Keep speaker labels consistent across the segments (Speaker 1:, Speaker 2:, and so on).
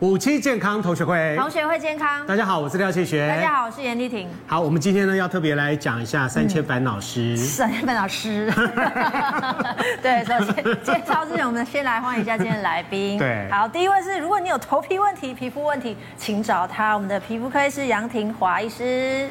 Speaker 1: 五期健康同学会，
Speaker 2: 同学会健康。
Speaker 1: 大家好，我是廖启学。
Speaker 2: 大家好，我嗯是严丽婷。
Speaker 1: 好，我们今天呢要特别来讲一下三千烦恼诗。
Speaker 2: 沈本啊老师，对，首先介绍之前，我们先来欢迎一下今天的来宾。
Speaker 1: 对
Speaker 2: 好，第一位是，如果你有头皮问题、皮肤问题，请找他，我们的皮肤科医师杨廷华医师。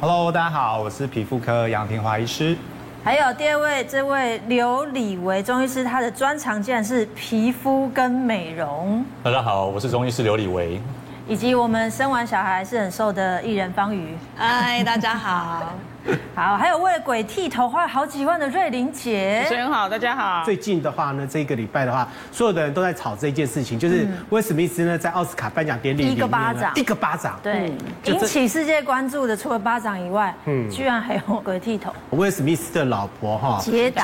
Speaker 3: Hello，大家好，我是皮肤科杨廷华医师。
Speaker 2: 还有第二位，这位刘李维中医师，他的专长竟然是皮肤跟美容，
Speaker 4: 大家好，我是中医师刘李维。
Speaker 2: 以及我们生完小孩是很瘦的艺人方瑜。
Speaker 5: 嗨，大家好，
Speaker 2: 好，还有为了鬼剃头花了好几万的瑞玲姐。
Speaker 5: 主持人好，大家好。
Speaker 1: 最近的话呢，这个礼拜的话，所有的人都在吵这件事情，就是威尔史密斯呢在奥斯卡颁奖典礼里面呢
Speaker 2: 嗯一个巴掌
Speaker 1: 一个巴掌。
Speaker 2: 对，
Speaker 1: 嗯就
Speaker 2: 引
Speaker 1: 这
Speaker 2: 起世界关注的除了巴掌以外，嗯，居然还有鬼剃头。
Speaker 1: 威尔史密斯的老婆哈，
Speaker 2: 杰达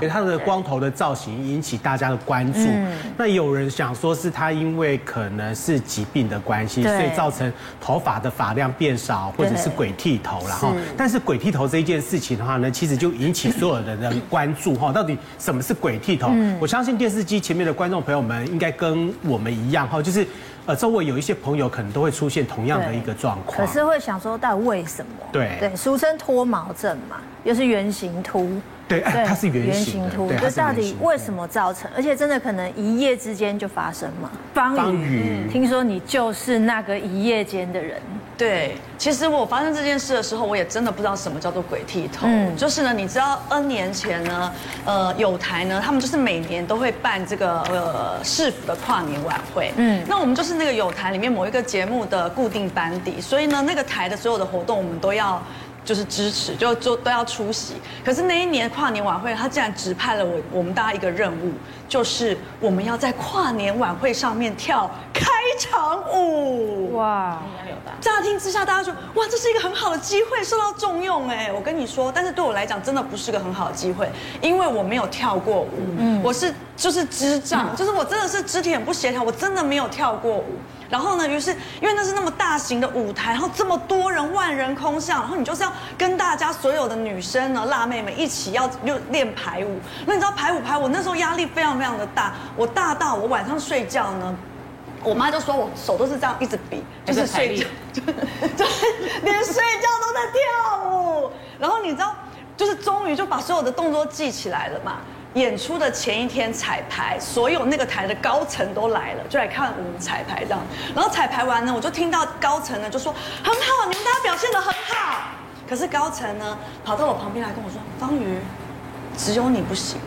Speaker 1: 杰达，她的光头的造型引起大家的关注。
Speaker 2: 嗯
Speaker 1: 那有人想说是她因为可能是疾病的关系，
Speaker 2: 对
Speaker 1: 所以造成头发的发量变少，或者是鬼剃头了哈
Speaker 2: 是。
Speaker 1: 但是鬼剃头这一件事情的话呢，其实就引起所有人的关注哈。到底什么是鬼剃头？
Speaker 2: 嗯
Speaker 1: 我相信电视机前面的观众朋友们应该跟我们一样哈，就是呃周围有一些朋友可能都会出现同样的一个状况
Speaker 2: 可。是会想说，到底为什么？
Speaker 1: 对
Speaker 2: 对，俗称脱毛症嘛，又是圆形秃。
Speaker 1: 对， 哎，它是圆形的，
Speaker 2: 秃，
Speaker 1: 对，它
Speaker 2: 这
Speaker 1: 是
Speaker 2: 到
Speaker 1: 圆
Speaker 2: 底
Speaker 1: 形的
Speaker 2: 为什么造成？而且真的可能一夜之间就发生嘛？
Speaker 1: 方
Speaker 2: 方
Speaker 1: 宇
Speaker 2: 宇，听说你就是那个一夜间的人，
Speaker 5: 对，其实我发生这件事的时候，我也真的不知道什么叫做鬼剃头。
Speaker 2: 嗯
Speaker 5: 就是呢，你知道 N 年前呢，呃，有台呢，他们就是每年都会办这个呃市府的跨年晚会。
Speaker 2: 嗯
Speaker 5: 嗯，那我们就是那个有台里面某一个节目的固定班底，所以呢，那个台的所有的活动我们都要。就是支持，就就都要出席。可是那一年跨年晚会，他竟然指派了我我们大家一个任务，就是我们要在跨年晚会上面跳开场舞。
Speaker 2: 哇，
Speaker 5: 乍听之下，大家就哇，这是一个很好的机会，受到重用哎。我跟你说，但是对我来讲，真的不是个很好的机会，因为我没有跳过舞，我是就是智障，就是我真的是肢体很不协调，我真的没有跳过舞。然后呢，于是因为那是那么大型的舞台，然后这么多人，万人空巷，然后你就是要跟大家所有的女生呢、辣妹们一起要又练排舞。那你知道排舞排舞那时候压力非常非常的大，我大到我晚上睡觉呢。我妈就说我手都是这样一直比，就是睡觉， 就就是连睡觉都在跳舞。然后你知道，就是终于就把所有的动作记起来了嘛。演出的前一天彩排，所有那个台的高层都来了，就来看我们彩排这样。然后彩排完呢，我就听到高层呢就说很好，你们大家表现得很好。可是高层呢跑到我旁边来跟我说，方瑜，只有你不行。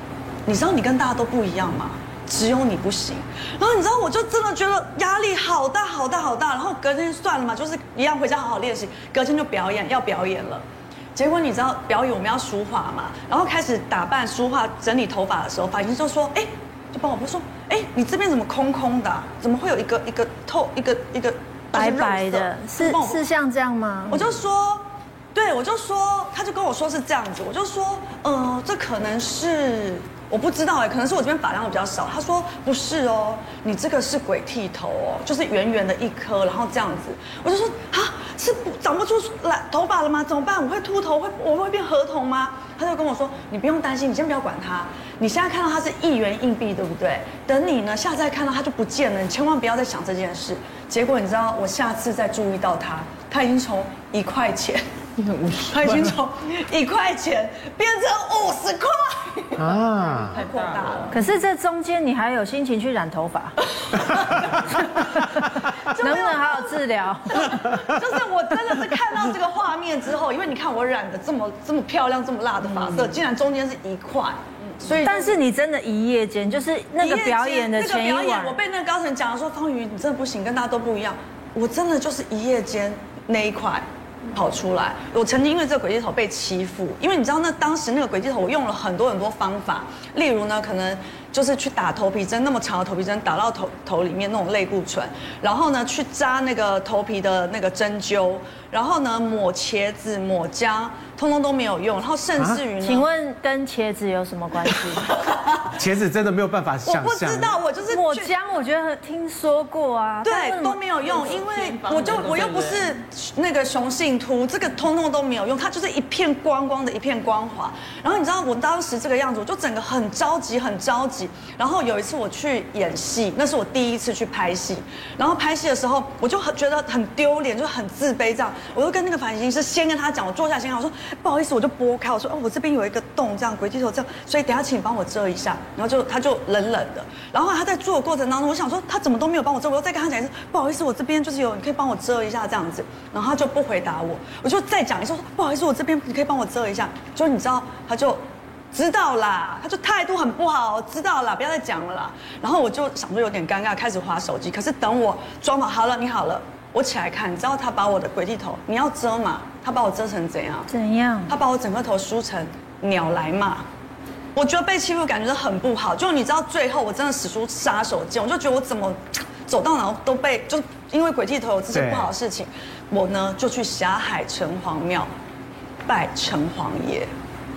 Speaker 5: 你知道你跟大家都不一样吗？只有你不行。然后你知道，我就真的觉得压力好大好大好大。然后隔天算了嘛，就是一样回家好好练习，隔天就表演，要表演了。结果你知道表演我们要梳化嘛，然后开始打扮、梳化、整理头发的时候，发型就说：“哎，就帮我婆说，哎，你这边怎么空空的啊、怎么会有一个一个透一个一个哎
Speaker 2: 白白的，
Speaker 5: 就是肉色
Speaker 2: 是像这样吗？
Speaker 5: 我就说，对，我就说，他就跟我说是这样子，我就说，嗯、这可能是我不知道哎，可能是我这边发量比较少。他说不是哦，你这个是鬼剃头哦，就是圆圆的一颗，然后这样子。我就说啊，是不长不出来头发了吗？怎么办？我会秃头，会我会变合同吗？他就跟我说，你不用担心，你先不要管他。你现在看到他是一元硬币，对不对？等你呢，下次再看到他就不见了，你千万不要再想这件事。结果你知道，我下次再注意到他，他已经从一块钱，他已经从一块钱变成五十块，
Speaker 1: 啊。
Speaker 5: 太扩大了。
Speaker 2: 可是这中间你还有心情去染 头发， 能不能好好治疗？
Speaker 5: 就是我真的是看到这个画面之后，因为你看我染的这么这么漂亮、这么辣的发色，竟然中间是一块，所以就
Speaker 2: 但是你真的一夜间，就是那个表演的前一
Speaker 5: 那个表
Speaker 2: 晚
Speaker 5: 演我，被那个高层讲说，方宇你真的不行，跟大家都不一样。我真的就是一夜间那一块跑出来。我曾经因为这个鬼剃头被欺负，因为你知道那当时那个鬼剃头，我用了很多很多方法，例如呢，可能就是去打头皮针，那么长的头皮针打到头头里面那种类固醇，然后呢去扎那个头皮的那个针灸，然后呢抹茄子、抹姜，通通都没有用，然后甚至于呢，
Speaker 2: 请问跟茄子有什么关系？
Speaker 1: 茄子真的没有办法
Speaker 5: 我
Speaker 1: 想
Speaker 5: 不
Speaker 1: 象
Speaker 5: 知。道，我就是
Speaker 2: 抹
Speaker 5: 去
Speaker 2: 姜我觉得听说过啊，但是
Speaker 5: 对，都没有用，因为我就我又不是那个雄性秃，这个通通都没有用，它就是一片光光的，一片光滑。然后你知道我当时这个样子，我就整个很着急，很着急。然后有一次我去演戏，那是我第一次去拍戏，然后拍戏的时候我就很觉得很丢脸，就很自卑这样。我就跟那个发型师先跟他讲，我坐下先跟他说哎不好意思，我就拨开，我说哦我这边有一个洞，这样鬼剃头这样，所以等一下请你帮我遮一下。然后就他就冷冷的，然后他在做的过程当中，我想说他怎么都没有帮我遮，我又再跟他讲一次，不好意思，我这边就是有，你可以帮我遮一下这样子。然后他就不回答我，我就再讲一次，我说不好意思，我这边你可以帮我遮一下。就是你知道，他就知道啦，他就态度很不好，知道啦，不要再讲了啦。然后我就想说有点尴尬，开始划手机。可是等我装好好了，你好了，我起来看，你知道他把我的鬼剃头，你要遮嘛？他把我遮成怎样？
Speaker 2: 怎样？
Speaker 5: 他把我整个头梳成鸟来骂。我觉得被欺负感觉是很不好，就你知道，最后我真的使出杀手锏，我就觉得我怎么走到哪都被，就因为鬼剃头有这些
Speaker 3: 对
Speaker 5: 不好的事情，我呢就去霞海城隍庙拜城隍爷，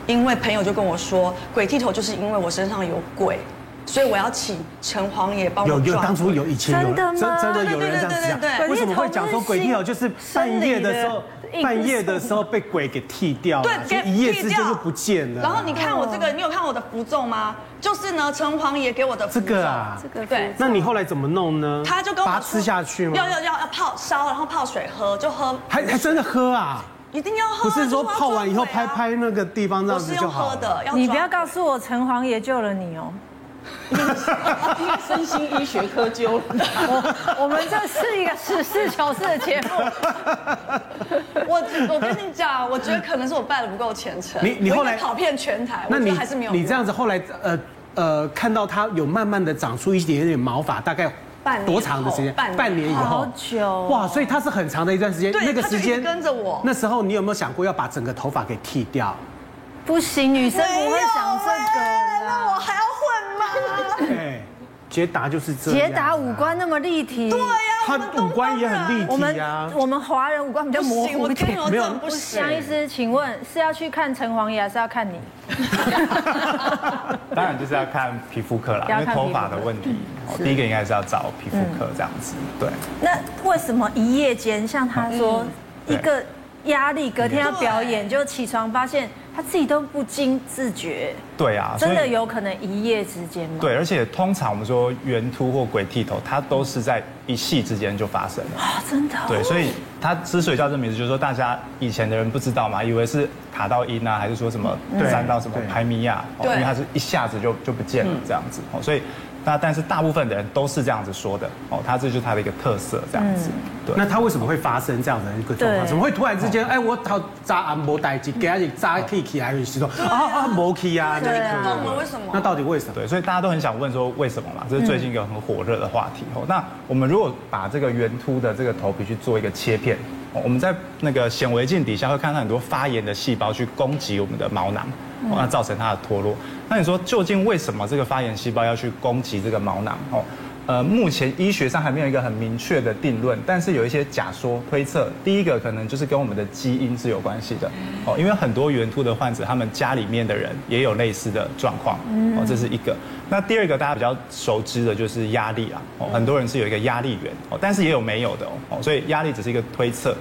Speaker 5: 因为朋友就跟我说，鬼剃头就是因为我身上有鬼，所以我要请城隍爷帮我
Speaker 1: 有有
Speaker 5: 抓
Speaker 1: 当初有以前有
Speaker 2: 真的
Speaker 1: 真
Speaker 2: 吗
Speaker 1: 真的有人这样
Speaker 5: 对对对对对
Speaker 1: 讲，
Speaker 5: 对
Speaker 1: 为什么会讲说鬼剃头就是半夜的时候
Speaker 2: 生理的，
Speaker 1: 半夜的时候被鬼给剃掉了，
Speaker 5: 对，
Speaker 1: 啊就一夜之间就不见了。哦
Speaker 5: 然后你看我这个，你有看我的符咒吗？就是呢，城隍爷给我的符
Speaker 1: 这
Speaker 5: 咒
Speaker 1: 个啊，
Speaker 2: 这个
Speaker 5: 对
Speaker 1: 那你后来怎么弄呢？
Speaker 5: 他就跟
Speaker 1: 嗯
Speaker 5: 我
Speaker 1: 把它
Speaker 5: 说
Speaker 1: 吃下去吗？
Speaker 5: 要要要要泡烧，然后泡水喝，就喝，
Speaker 1: 还还真的喝啊？
Speaker 5: 一定要喝啊。
Speaker 1: 不是说
Speaker 5: 就要
Speaker 1: 泡完以后
Speaker 5: 装水
Speaker 1: 拍
Speaker 5: 啊，
Speaker 1: 拍那个地方这
Speaker 5: 我
Speaker 1: 样
Speaker 5: 是
Speaker 1: 子
Speaker 5: 用
Speaker 1: 就好
Speaker 5: 喝
Speaker 1: 了。
Speaker 5: 的，要
Speaker 2: 你不要
Speaker 5: 装
Speaker 2: 告诉我城隍爷救了你哦，
Speaker 6: 身心医学科 究。
Speaker 2: 我我们这是一个实事求是的节目，
Speaker 5: 我我跟你讲，我觉得可能是我拜的不够虔诚。
Speaker 1: 你你后来
Speaker 5: 我应该跑遍全台，
Speaker 1: 那
Speaker 5: 我觉
Speaker 1: 你
Speaker 5: 得还是没有用。
Speaker 1: 你这样子后来呃呃看到它有慢慢的长出一点点毛发，大概
Speaker 5: 半年
Speaker 1: 多长的时间
Speaker 5: 后半？年
Speaker 1: 半年以后
Speaker 2: 好，久哦
Speaker 1: 哇！所以它是很长的一段时间。
Speaker 5: 对它就一直跟着我
Speaker 1: 那时候你有没有想过要把整个头发给剃掉？
Speaker 2: 不行，女生不会想这
Speaker 5: 哎
Speaker 2: 个
Speaker 5: 那我
Speaker 2: 啦。
Speaker 5: 还要混吗？
Speaker 1: 哎，捷达就是这样啊。
Speaker 2: 捷达五官那么立体，对
Speaker 5: 对呀，
Speaker 1: 它
Speaker 5: 我们
Speaker 1: 五
Speaker 5: 东
Speaker 1: 官
Speaker 5: 方
Speaker 1: 也很立
Speaker 5: 人
Speaker 1: 体啊
Speaker 2: 我们
Speaker 1: 呀
Speaker 2: 我们华人五官比较模糊一
Speaker 5: 不行我跟你
Speaker 2: 点
Speaker 5: 说。
Speaker 1: 没有
Speaker 5: 这种不 行
Speaker 2: 江医师，请问是要去看城隍爷，还是要看你？
Speaker 3: 当然就是要看皮肤科啦，因
Speaker 2: 要
Speaker 3: 为
Speaker 2: 看皮肤科
Speaker 3: 头发的问题，哦第一个应该是要找皮肤科这样子，
Speaker 2: 嗯
Speaker 3: 对。
Speaker 2: 那为什么一夜间像他说
Speaker 3: 嗯
Speaker 2: 一个压力，隔天要表演，就起床发现他自己都不经自觉，
Speaker 3: 对啊，
Speaker 2: 真
Speaker 3: 所
Speaker 2: 的
Speaker 3: 以
Speaker 2: 有可能一夜之间吗？
Speaker 3: 对，而且通常我们说圆秃或鬼剃头，它都是在一夕之间就发生了。
Speaker 2: 啊，真的哦。
Speaker 3: 对，所以它之所以叫这名字，就是说大家以前的人不知道嘛，以为是卡到音啊，还是说什么
Speaker 2: 嗯
Speaker 1: 对
Speaker 3: 沾到什么
Speaker 1: 对
Speaker 3: 排米亚，哦
Speaker 5: 对
Speaker 3: 因为它是一下子就就不见了
Speaker 2: 嗯
Speaker 3: 这样子。哦，所以那但是大部分的人都是这样子说的。哦，它这就是它的一个特色这样子。
Speaker 2: 嗯
Speaker 3: 对，
Speaker 1: 那它为什么会发生这样的一个状况？
Speaker 2: 对
Speaker 1: 怎么会突然之间，哎，我头扎安摩代机，给它扎 K 起来，有时候啊啊摩 K 啊，
Speaker 5: 对
Speaker 1: 那
Speaker 5: 啊
Speaker 1: 个
Speaker 5: 动了为什么
Speaker 1: 那到底为什么？
Speaker 3: 对，所以大家都很想问说为什么嘛？这是最近一个很火热的话题哦。那我们如果把这个圆秃的这个头皮去做一个切片，哦我们在那个显微镜底下会看到很多发炎的细胞去攻击我们的毛囊，哦那造成它的脱落。那你说究竟为什么这个发炎细胞要去攻击这个毛囊？哦，呃，目前医学上还没有一个很明确的定论，但是有一些假说推测，第一个可能就是跟我们的基因是有关系的哦，因为很多圆秃的患者，他们家里面的人也有类似的状况哦，这是一个。那第二个大家比较熟知的就是压力啊，哦，很多人是有一个压力源哦，但是也有没有的哦哦，所以压力只是一个推测。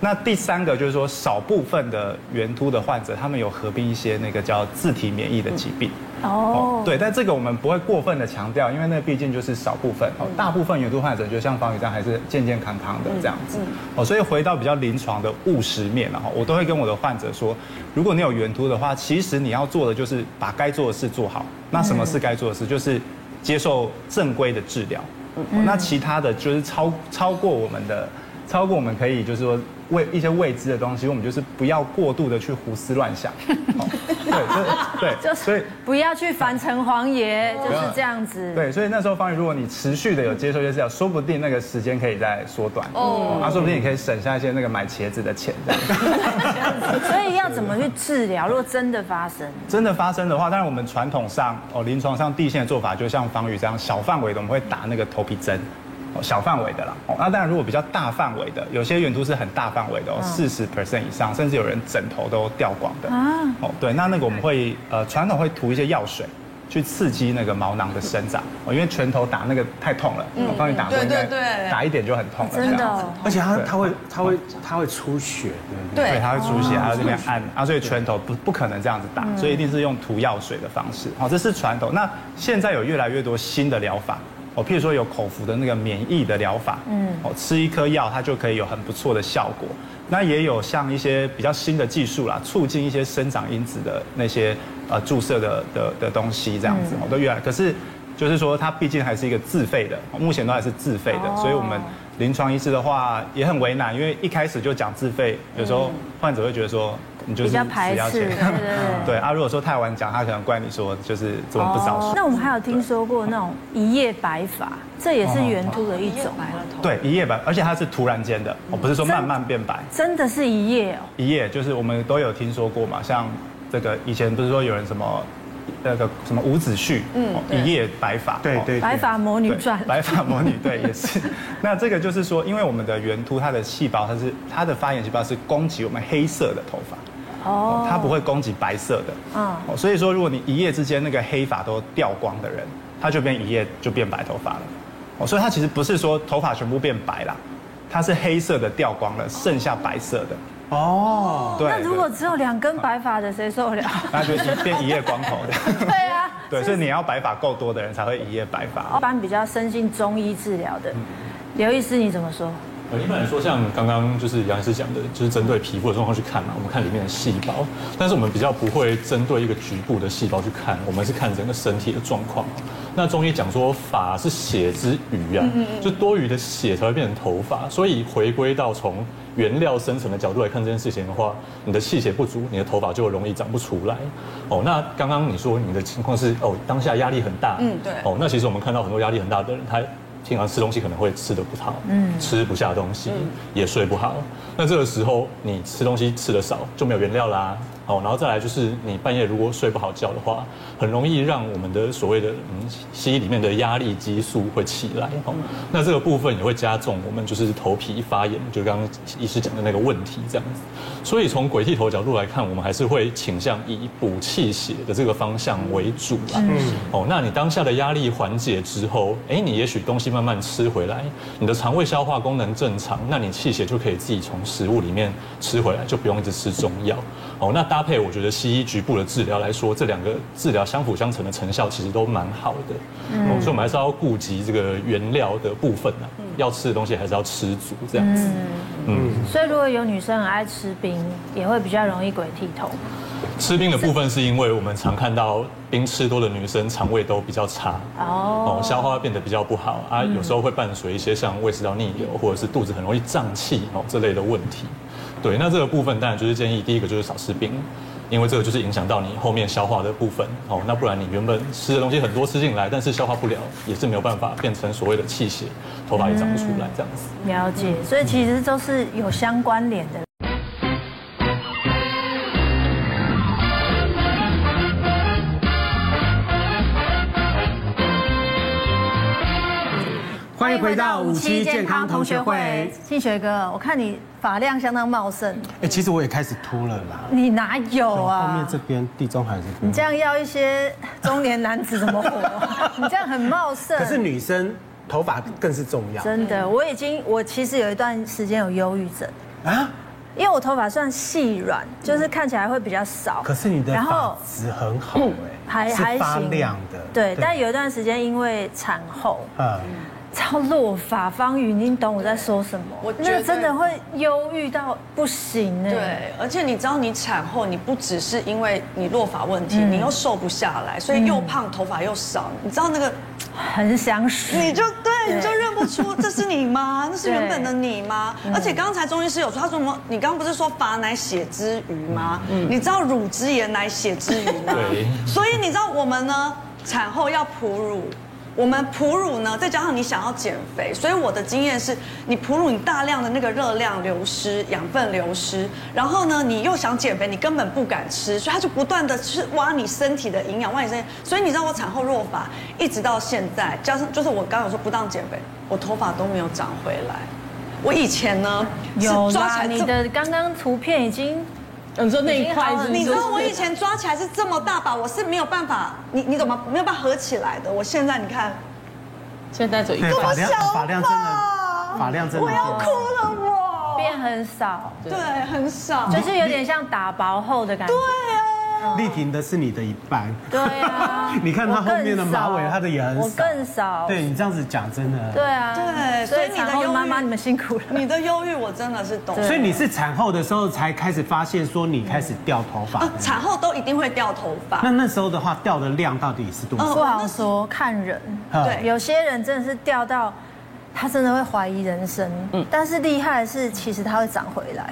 Speaker 3: 那第三个就是说，少部分的圆秃的患者，他们有合并一些那个叫自体免疫的疾病。
Speaker 2: 哦
Speaker 3: 哦，，对，但这个我们不会过分的强调，因为那毕竟就是少部分
Speaker 2: 嗯
Speaker 3: 哦，大部分有度患者就像方宇这样还是健健康康的这样
Speaker 2: 嗯
Speaker 3: 子哦，所以回到比较临床的务实面了哈，我都会跟我的患者说，如果你有圆秃的话，其实你要做的就是把该做的事做好。那什么是该做的事？就是接受正规的治疗。
Speaker 2: 嗯
Speaker 3: 哦那其他的就是超超过我们的，超过我们可以就是说未一些未知的东西，我们就是不要过度的去胡思乱想。哦对，这
Speaker 2: 就
Speaker 3: 对，所以
Speaker 2: 是。不要去烦城隍爷，就是这样子。
Speaker 3: 对，所以那时候方宇，如果你持续的有接受一些治疗，说不定那个时间可以再缩短哦，啊，说不定你可以省下一些那个买茄子的钱。这样
Speaker 2: 所以要怎么去治疗？如果真的发生，
Speaker 3: 真的发生的话，当然我们传统上哦，临床上地线的做法，就像方宇这样小范围的，我们会打那个头皮针。哦，小范围的啦，哦，那当然，如果比较大范围的，有些圆秃是很大范围的哦，
Speaker 5: 嗯
Speaker 3: 四十 percent 以上，
Speaker 5: 啊
Speaker 3: 甚至有人枕头都掉光的。哦，对，那那个我们会呃传统会涂一些药水，去刺激那个毛囊的生长。哦，因为拳头打那个太痛了，我帮你打过应该
Speaker 5: 嗯对对对
Speaker 3: 打一点就很痛了，
Speaker 2: 真
Speaker 3: 这
Speaker 2: 的
Speaker 3: 样
Speaker 2: 哦
Speaker 3: 子。
Speaker 1: 而且它
Speaker 3: 对
Speaker 1: 它会它会它会出血，对不对？
Speaker 5: 对
Speaker 3: 对，它会出血，还有这边按啊，所以拳头不不可能这样子打，所以一定是用涂药水的方式。好，这是传统。那现在有越来越多新的疗法。哦，譬如说有口服的那个免疫的疗法，嗯，哦，吃一颗药它就可以有很不错的效果。那也有像一些比较新的技术啦，促进一些生长因子的那些呃注射的的的东西这样子，哦，都越来。可是就是说它毕竟还是一个自费的，哦目前都还是自费的，所以我们临床医师的话也很为难，因为一开始就讲自费，有时候患者会觉得说你就是
Speaker 2: 嗯比较排
Speaker 3: 只要
Speaker 2: 斥，嗯对
Speaker 3: 钱
Speaker 2: 对对。
Speaker 3: 对啊，如果说太晚讲，他可能怪你说就是怎么不早说。
Speaker 2: 那我们还有听说过那种一夜白发，这也
Speaker 3: 哦
Speaker 2: 是圆秃的一种，啊
Speaker 3: 对，一夜白，而且它是突然间的，哦，不是说慢慢变白，
Speaker 2: 真的是一夜哦。
Speaker 3: 一夜就是我们都有听说过嘛，像这个以前不是说有人什么那个什么伍子胥，嗯，一夜白发，
Speaker 1: 对
Speaker 3: 哦
Speaker 1: 对
Speaker 2: 白发魔女
Speaker 3: 对
Speaker 2: 传，
Speaker 3: 白发魔女对也 是。那这个就是说，因为我们的圆秃，它的细胞它是它的发炎细胞是攻击我们黑色的头发。哦，它不会攻击白色的，
Speaker 2: 嗯
Speaker 3: 嗯，所以说如果你一夜之间那个黑发都掉光的人，他就变一夜就变白头发了，哦，所以它其实不是说头发全部变白啦，它是黑色的掉光了，剩下白色的，
Speaker 1: 哦，
Speaker 3: 对，
Speaker 2: 那如果
Speaker 3: 对
Speaker 2: 只有两根白发的，谁受得 了？
Speaker 3: 那就一变一夜光头的，
Speaker 2: 对啊，
Speaker 3: 对，所以你要白发够多的人才会一夜白发
Speaker 2: 一，般比较深信中医治疗的，
Speaker 1: 嗯
Speaker 2: 刘医师你怎么说？
Speaker 4: 呃，一般来说，像刚刚就是杨医师讲的，就是针对皮肤的状况去看嘛，我们看里面的细胞，但是我们比较不会针对一个局部的细胞去看，我们是看整个身体的状况。那中医讲说，发是血之余啊，就多余的血才会变成头发，所以回归到从原料生成的角度来看这件事情的话，你的气血不足，你的头发就容易长不出来。哦，那刚刚你说你的情况是哦，当下压力很大，嗯，
Speaker 5: 对
Speaker 4: 哦，那其实我们看到很多压力很大的人，他平常吃东西可能会吃的不好，嗯，吃不下东西，也睡不好。那这个时候你吃东西吃的少，就没有原料啦。哦，然后再来就是你半夜如果睡不好觉的话，很容易让我们的所谓的嗯西医里面的压力激素会起来。哦，那这个部分也会加重我们就是头皮发炎，就刚刚医师讲的那个问题这样子。所以从鬼剃头角度来看，我们还是会倾向以补气血的这个方向为主啦。哦，那你当下的压力缓解之后，哎，你也许东西慢慢吃回来，你的肠胃消化功能正常，那你气血就可以自己从食物里面吃回来，就不用一直吃中药。哦，那搭配我觉得西医局部的治疗来说，这两个治疗相辅相成的成效其实都蛮好的。哦，所以我们还是要顾及这个原料的部分啊，要吃的东西还是要吃足这样子。
Speaker 2: 所以如果有女生很爱吃冰，也会比较容易鬼剃头。
Speaker 4: 吃冰的部分是因为我们常看到冰吃多的女生肠胃都比较差
Speaker 2: 哦
Speaker 4: 哦，消化变得比较不好啊，有时候会伴随一些像胃食道逆流或者是肚子很容易胀气哦这类的问题。对，那这个部分当然就是建议第一个就是少吃冰，因为这个就是影响到你后面消化的部分哦。那不然你原本吃的东西很多吃进来，但是消化不了，也是没有办法变成所谓的气血，头发也长不出来这样子。
Speaker 2: 了解，所以其实都是有相关联
Speaker 1: 嗯
Speaker 2: 的。
Speaker 1: 欢迎回到五期健康同学会。
Speaker 2: 庆学哥，我看你发量相当茂盛，
Speaker 1: 哎，其实我也开始秃了啦，
Speaker 2: 你哪有
Speaker 1: 后面
Speaker 2: 啊？
Speaker 1: 这边地中海这边
Speaker 2: 你。这样要一些中年男子怎么活？ 你这样很茂盛。
Speaker 1: 可是女生头发更是重要
Speaker 2: 真的，我已经我其实有一段时间有忧郁症，
Speaker 1: 啊！
Speaker 2: 因为我头发算细软，就是看起来会比较少。
Speaker 1: 可是你的
Speaker 2: 然
Speaker 1: 发
Speaker 2: 后
Speaker 1: 质很好哎，
Speaker 2: 还
Speaker 1: 是
Speaker 2: 还
Speaker 1: 发
Speaker 2: 行，
Speaker 1: 亮的。
Speaker 2: 对，但有一段时间因为产后。
Speaker 1: 嗯，
Speaker 2: 超落发，方宇，你懂我在说什么？
Speaker 5: 我绝
Speaker 2: 那
Speaker 5: 对
Speaker 2: 真的会忧郁到不行欸呢。，
Speaker 5: 对，而且你知道，你产后你不只是因为你落发问
Speaker 2: 嗯
Speaker 5: 题，你又瘦不下来，所以又胖，头发又少，你知道那个，
Speaker 2: 很想死。
Speaker 5: 你就对，
Speaker 2: 对
Speaker 5: 你就认不出这是你吗？那是原本的你吗？而且刚才中医师有说，他说什么？你刚刚不是说发乃血之余吗？你知道乳汁也乃血之余吗？
Speaker 4: 对
Speaker 5: 所以你知道我们呢，产后要哺乳。我们哺乳呢，再加上你想要减肥，所以我的经验是，你哺乳你大量的那个热量流失、养分流失，然后呢，你又想减肥，你根本不敢吃，所以它就不断的去挖你身体的营养，挖你身体。所以你知道我产后落发，一直到现在，加上就是我刚刚有说不当减肥，我头发都没有长回来。我以前呢，是
Speaker 2: 有
Speaker 5: 抓起
Speaker 2: 啦，
Speaker 5: 来
Speaker 2: 你
Speaker 5: 这么
Speaker 2: 的刚刚图片已经
Speaker 6: 你说那一块是不是？
Speaker 5: 啊你知道我以前抓起来是这么大把，我是没有办法，你你怎么没有办法合起来的？我现在你看，
Speaker 6: 现在走一
Speaker 1: 对，
Speaker 6: 块，
Speaker 1: 发
Speaker 5: 我
Speaker 1: 量
Speaker 5: 小
Speaker 1: 发量真
Speaker 5: 吧
Speaker 1: 的，发量真的
Speaker 5: 我
Speaker 1: 变
Speaker 5: 要
Speaker 1: 了。
Speaker 5: 哭了我。
Speaker 2: 变很少，
Speaker 5: 对，很少。啊
Speaker 2: 就是有点像打薄后的感觉。
Speaker 1: 丽婷的是你的一半。
Speaker 2: 对啊
Speaker 1: 你看她后面的马
Speaker 2: 我更
Speaker 1: 尾，
Speaker 2: 少
Speaker 1: 她的也很
Speaker 2: 我
Speaker 1: 少。
Speaker 2: 更少。
Speaker 1: 对你这样子讲，真的。
Speaker 2: 对。啊，
Speaker 5: 对
Speaker 2: 所
Speaker 5: 所以
Speaker 2: 以
Speaker 5: 你的
Speaker 2: 产后
Speaker 5: 忧
Speaker 2: 的
Speaker 5: 郁
Speaker 2: 妈妈你们辛苦了。
Speaker 5: 你的忧郁我真的是懂。
Speaker 1: 所以你是产后的时候才开始发现说你开始掉头发
Speaker 5: 啊。，产后都一定会掉头发。
Speaker 1: 那那时候的话，掉的量到底是多少？
Speaker 5: 嗯
Speaker 2: 不好说，看人。
Speaker 5: 对
Speaker 2: 有些人真的是掉到，他真的会怀疑人生。但是厉害的是，其实他会长回来。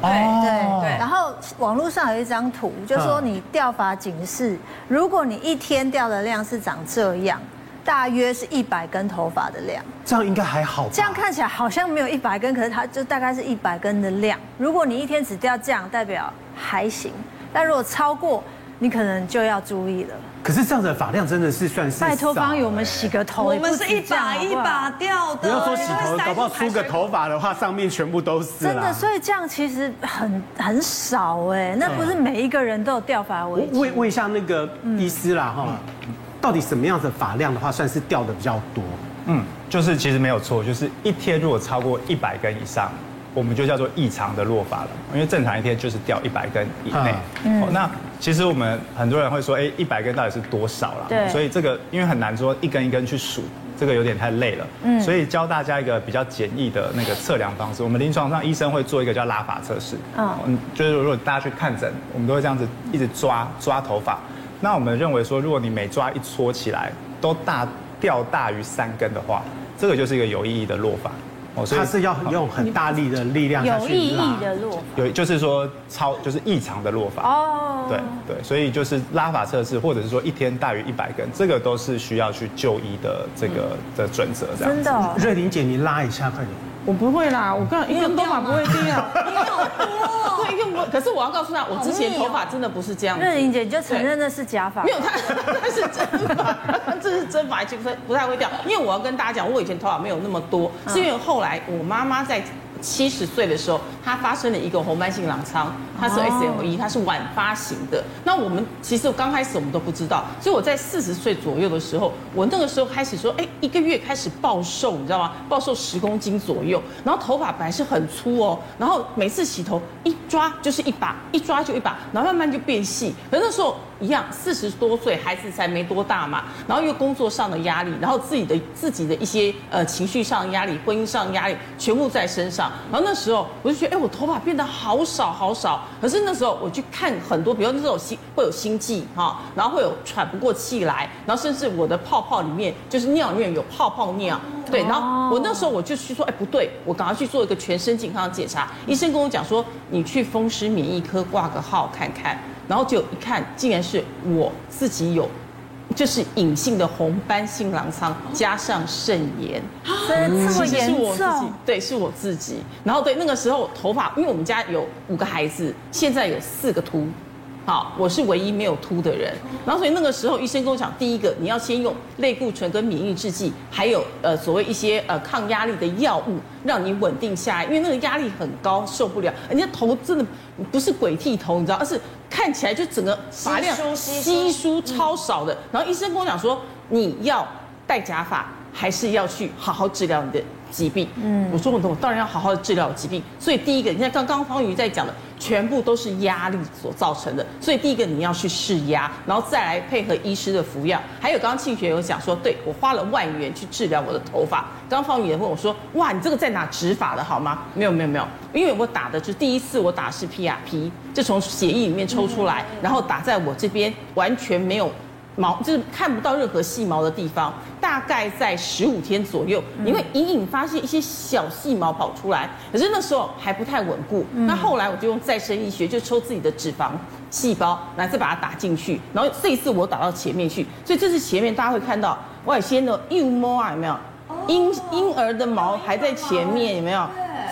Speaker 1: 哦
Speaker 5: 对嗯
Speaker 2: 然后网络上有一张图，就说你掉发警示，如果你一天掉的量是长这样，大约是一百根头发的量。
Speaker 1: 这样应该还好吧。
Speaker 2: 这样看起来好像没有一百根，可是它就大概是一百根的量。如果你一天只掉这样，代表还行；但如果超过，你可能就要注意了。
Speaker 1: 可是这样子的发量真的是算是
Speaker 2: 拜托
Speaker 1: 少
Speaker 2: 帮友们
Speaker 1: 哎
Speaker 2: 洗个头，
Speaker 5: 我
Speaker 2: 也不
Speaker 5: 们
Speaker 2: 止
Speaker 5: 是一
Speaker 2: 这样
Speaker 5: 把一。
Speaker 2: 好好
Speaker 5: 把掉的，
Speaker 1: 不要说洗
Speaker 5: 因
Speaker 1: 头，
Speaker 5: 为塞
Speaker 1: 搞
Speaker 5: 住
Speaker 1: 不好梳个
Speaker 5: 排水
Speaker 1: 头发的话，上面全部都是
Speaker 2: 真
Speaker 1: 啦
Speaker 2: 的，。所以这样其实很很少哎，那不是每一个人都有掉发危
Speaker 1: 我
Speaker 2: 机。
Speaker 1: 问问一下那个医师啦哈，
Speaker 2: 嗯
Speaker 1: 到底什么样子的发量的话，算是掉的比较多？
Speaker 3: 嗯，就是其实没有错，就是一天如果超过一百根以上，我们就叫做异常的落发了，因为正常一天就是掉一百根以内。哦，那其实我们很多人会说，哎，一百根到底是多少啦？
Speaker 2: 对
Speaker 3: 所以这个因为很难说一根一根去数，这个有点太累了。嗯，所以教大家一个比较简易的那个测量方式，我们临床上医生会做一个叫拉法测试。嗯，就是如果大家去看诊，我们都会这样子一直抓抓头发。那我们认为说，如果你每抓一撮起来都大掉大于三根的话，这个就是一个有意义的落发。哦，
Speaker 1: 它是要用很大力的力量下去
Speaker 2: 有意义
Speaker 1: 拉
Speaker 2: 的落
Speaker 3: 有就是说超就是异常的落发。
Speaker 2: 哦，
Speaker 3: 对对，所以就是拉法测试，或者是说一天大于一百根，这个都是需要去就医的这个的准则这样子。
Speaker 2: 嗯真的哦
Speaker 1: 瑞玲姐，你拉一下，快点。
Speaker 6: 我不会啦，我刚一根头发不会掉， 对，一根不会。可是我要告诉他，我之前头发真的不是这样子。
Speaker 2: 瑞玲姐你就承认那是假发
Speaker 6: 没，有，他他 是真发，这是真发，就不不太会掉。因为我要跟大家讲，我以前头发没有那么多，是因为后来我妈妈在七十岁的时候，她发生了一个红斑性狼疮，她是 SLE，她是晚发型的。那我们其实刚开始我们都不知道，所以我在四十岁左右的时候，我那个时候开始说，哎，一个月开始暴瘦，你知道吗？暴瘦十公斤左右，然后头发本来是很粗哦，然后每次洗头一抓就是一把，一抓就一把，然后慢慢就变细。可是那时候一样，四十多岁，孩子才没多大嘛，然后又工作上的压力，然后自己的自己的一些呃情绪上的压力、婚姻上的压力，全部在身上。然后那时候我就觉得，哎，我头发变得好少好少。可是那时候我去看很多，比如那时候有心会有心悸哈、然后会有喘不过气来，然后甚至我的泡泡里面就是尿里面有泡泡尿，对，然后我那时候我就去说，哎，不对，我赶快去做一个全身健康检查。医生跟我讲说，你去风湿免疫科挂个号看看。然后就一看，竟然是我自己有，就是隐性的红斑性狼疮加上肾炎，
Speaker 2: 这这么
Speaker 6: 其实是
Speaker 2: 严
Speaker 6: 我自己
Speaker 2: 重，，
Speaker 6: 嗯对，是我自己。然后对那个时候头发，因为我们家有五个孩子，现在有四个秃，好，我是唯一没有秃的人。然后所以那个时候医生跟我讲，第一个你要先用类固醇跟免疫制剂，还有呃所谓一些呃抗压力的药物，让你稳定下来，因为那个压力很高，受不了。人家头真的不是鬼剃头，你知道，而是看起来就整个发量
Speaker 5: 稀疏稀疏
Speaker 6: 稀疏超少的。然后医生跟我讲说，你要戴假发，还是要去好好治疗你的疾病？嗯，我说我我当然要好好治疗我的疾病。所以第一个，你看刚刚方瑜在讲的，全部都是压力所造成的。所以第一个你要去释压，然后再来配合医师的服药。还有刚刚庆学有讲说，对我花了万元去治疗我的头发。刚刚方瑜也问我说，哇，你这个在哪植发的好吗？没有没有没有，因为我打的就是第一次我打的是 PRP，就从血液里面抽出来，然后打在我这边，完全没有毛就是看不到任何细毛的地方，大概在十五天左右，你会隐隐发现一些小细毛跑出来，可是那时候还不太稳固。那后来我就用再生医学，就抽自己的脂肪细胞，然后再把它打进去，然后这一次我打到前面去，所以这次前面大家会看到外先的又摸啊，有没有？婴婴儿的毛还在前面，有没有？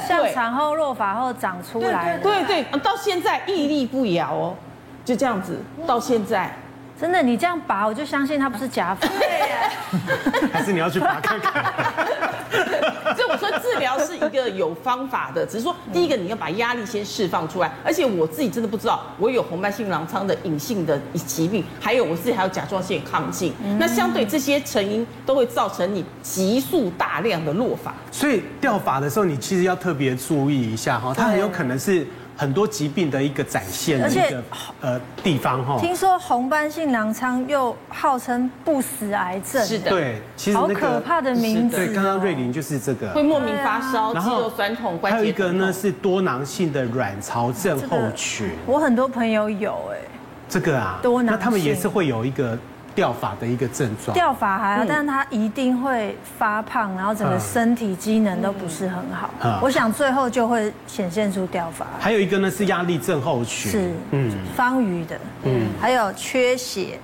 Speaker 2: 像
Speaker 6: 对
Speaker 2: 产后落发后长出来的，
Speaker 6: 对对，到现在屹立不摇哦，就这样子，到现在。
Speaker 2: 真的你这样拔，我就相信它不是假发。
Speaker 1: 还是你要去拔看看？
Speaker 6: 所以我说治疗是一个有方法的，只是说第一个你要把压力先释放出来，而且我自己真的不知道我有红斑性狼疮的隐性的疾病，还有我自己还有甲状腺亢进，那相对这些成因都会造成你急速大量的落发。
Speaker 1: 所以掉发的时候，你其实要特别注意一下哈，它很有可能是很多疾病的一个展现的
Speaker 2: 而
Speaker 1: 一
Speaker 2: 且
Speaker 1: 个呃地方哈。
Speaker 2: 听说红斑性狼疮又号称不死癌症，
Speaker 6: 是的，，
Speaker 1: 对，其实
Speaker 2: 好
Speaker 1: 那个
Speaker 2: 可怕的名字哦。
Speaker 1: 对，刚刚瑞林就是这
Speaker 6: 会
Speaker 1: 个。
Speaker 6: 莫名发烧、
Speaker 1: 然
Speaker 6: 肌
Speaker 1: 后
Speaker 6: 肉酸痛、关
Speaker 1: 啊还
Speaker 6: 节
Speaker 1: 有一个呢
Speaker 6: 疼痛
Speaker 1: 是多囊性的卵巢症候群，
Speaker 2: 我很多朋友有哎、
Speaker 1: 这个啊，
Speaker 2: 多囊
Speaker 1: 那
Speaker 2: 性
Speaker 1: 他们也是会有一个掉发的一个症状。
Speaker 2: 掉发还好，但是他一定会发胖，然后整个
Speaker 1: 嗯
Speaker 2: 身体机能都不是很好。
Speaker 1: 嗯
Speaker 2: 我想最后就会显现出掉发，
Speaker 1: 还有一个呢是压力症候群，
Speaker 2: 是
Speaker 1: 嗯，
Speaker 2: 方瑜的，嗯，还有缺血、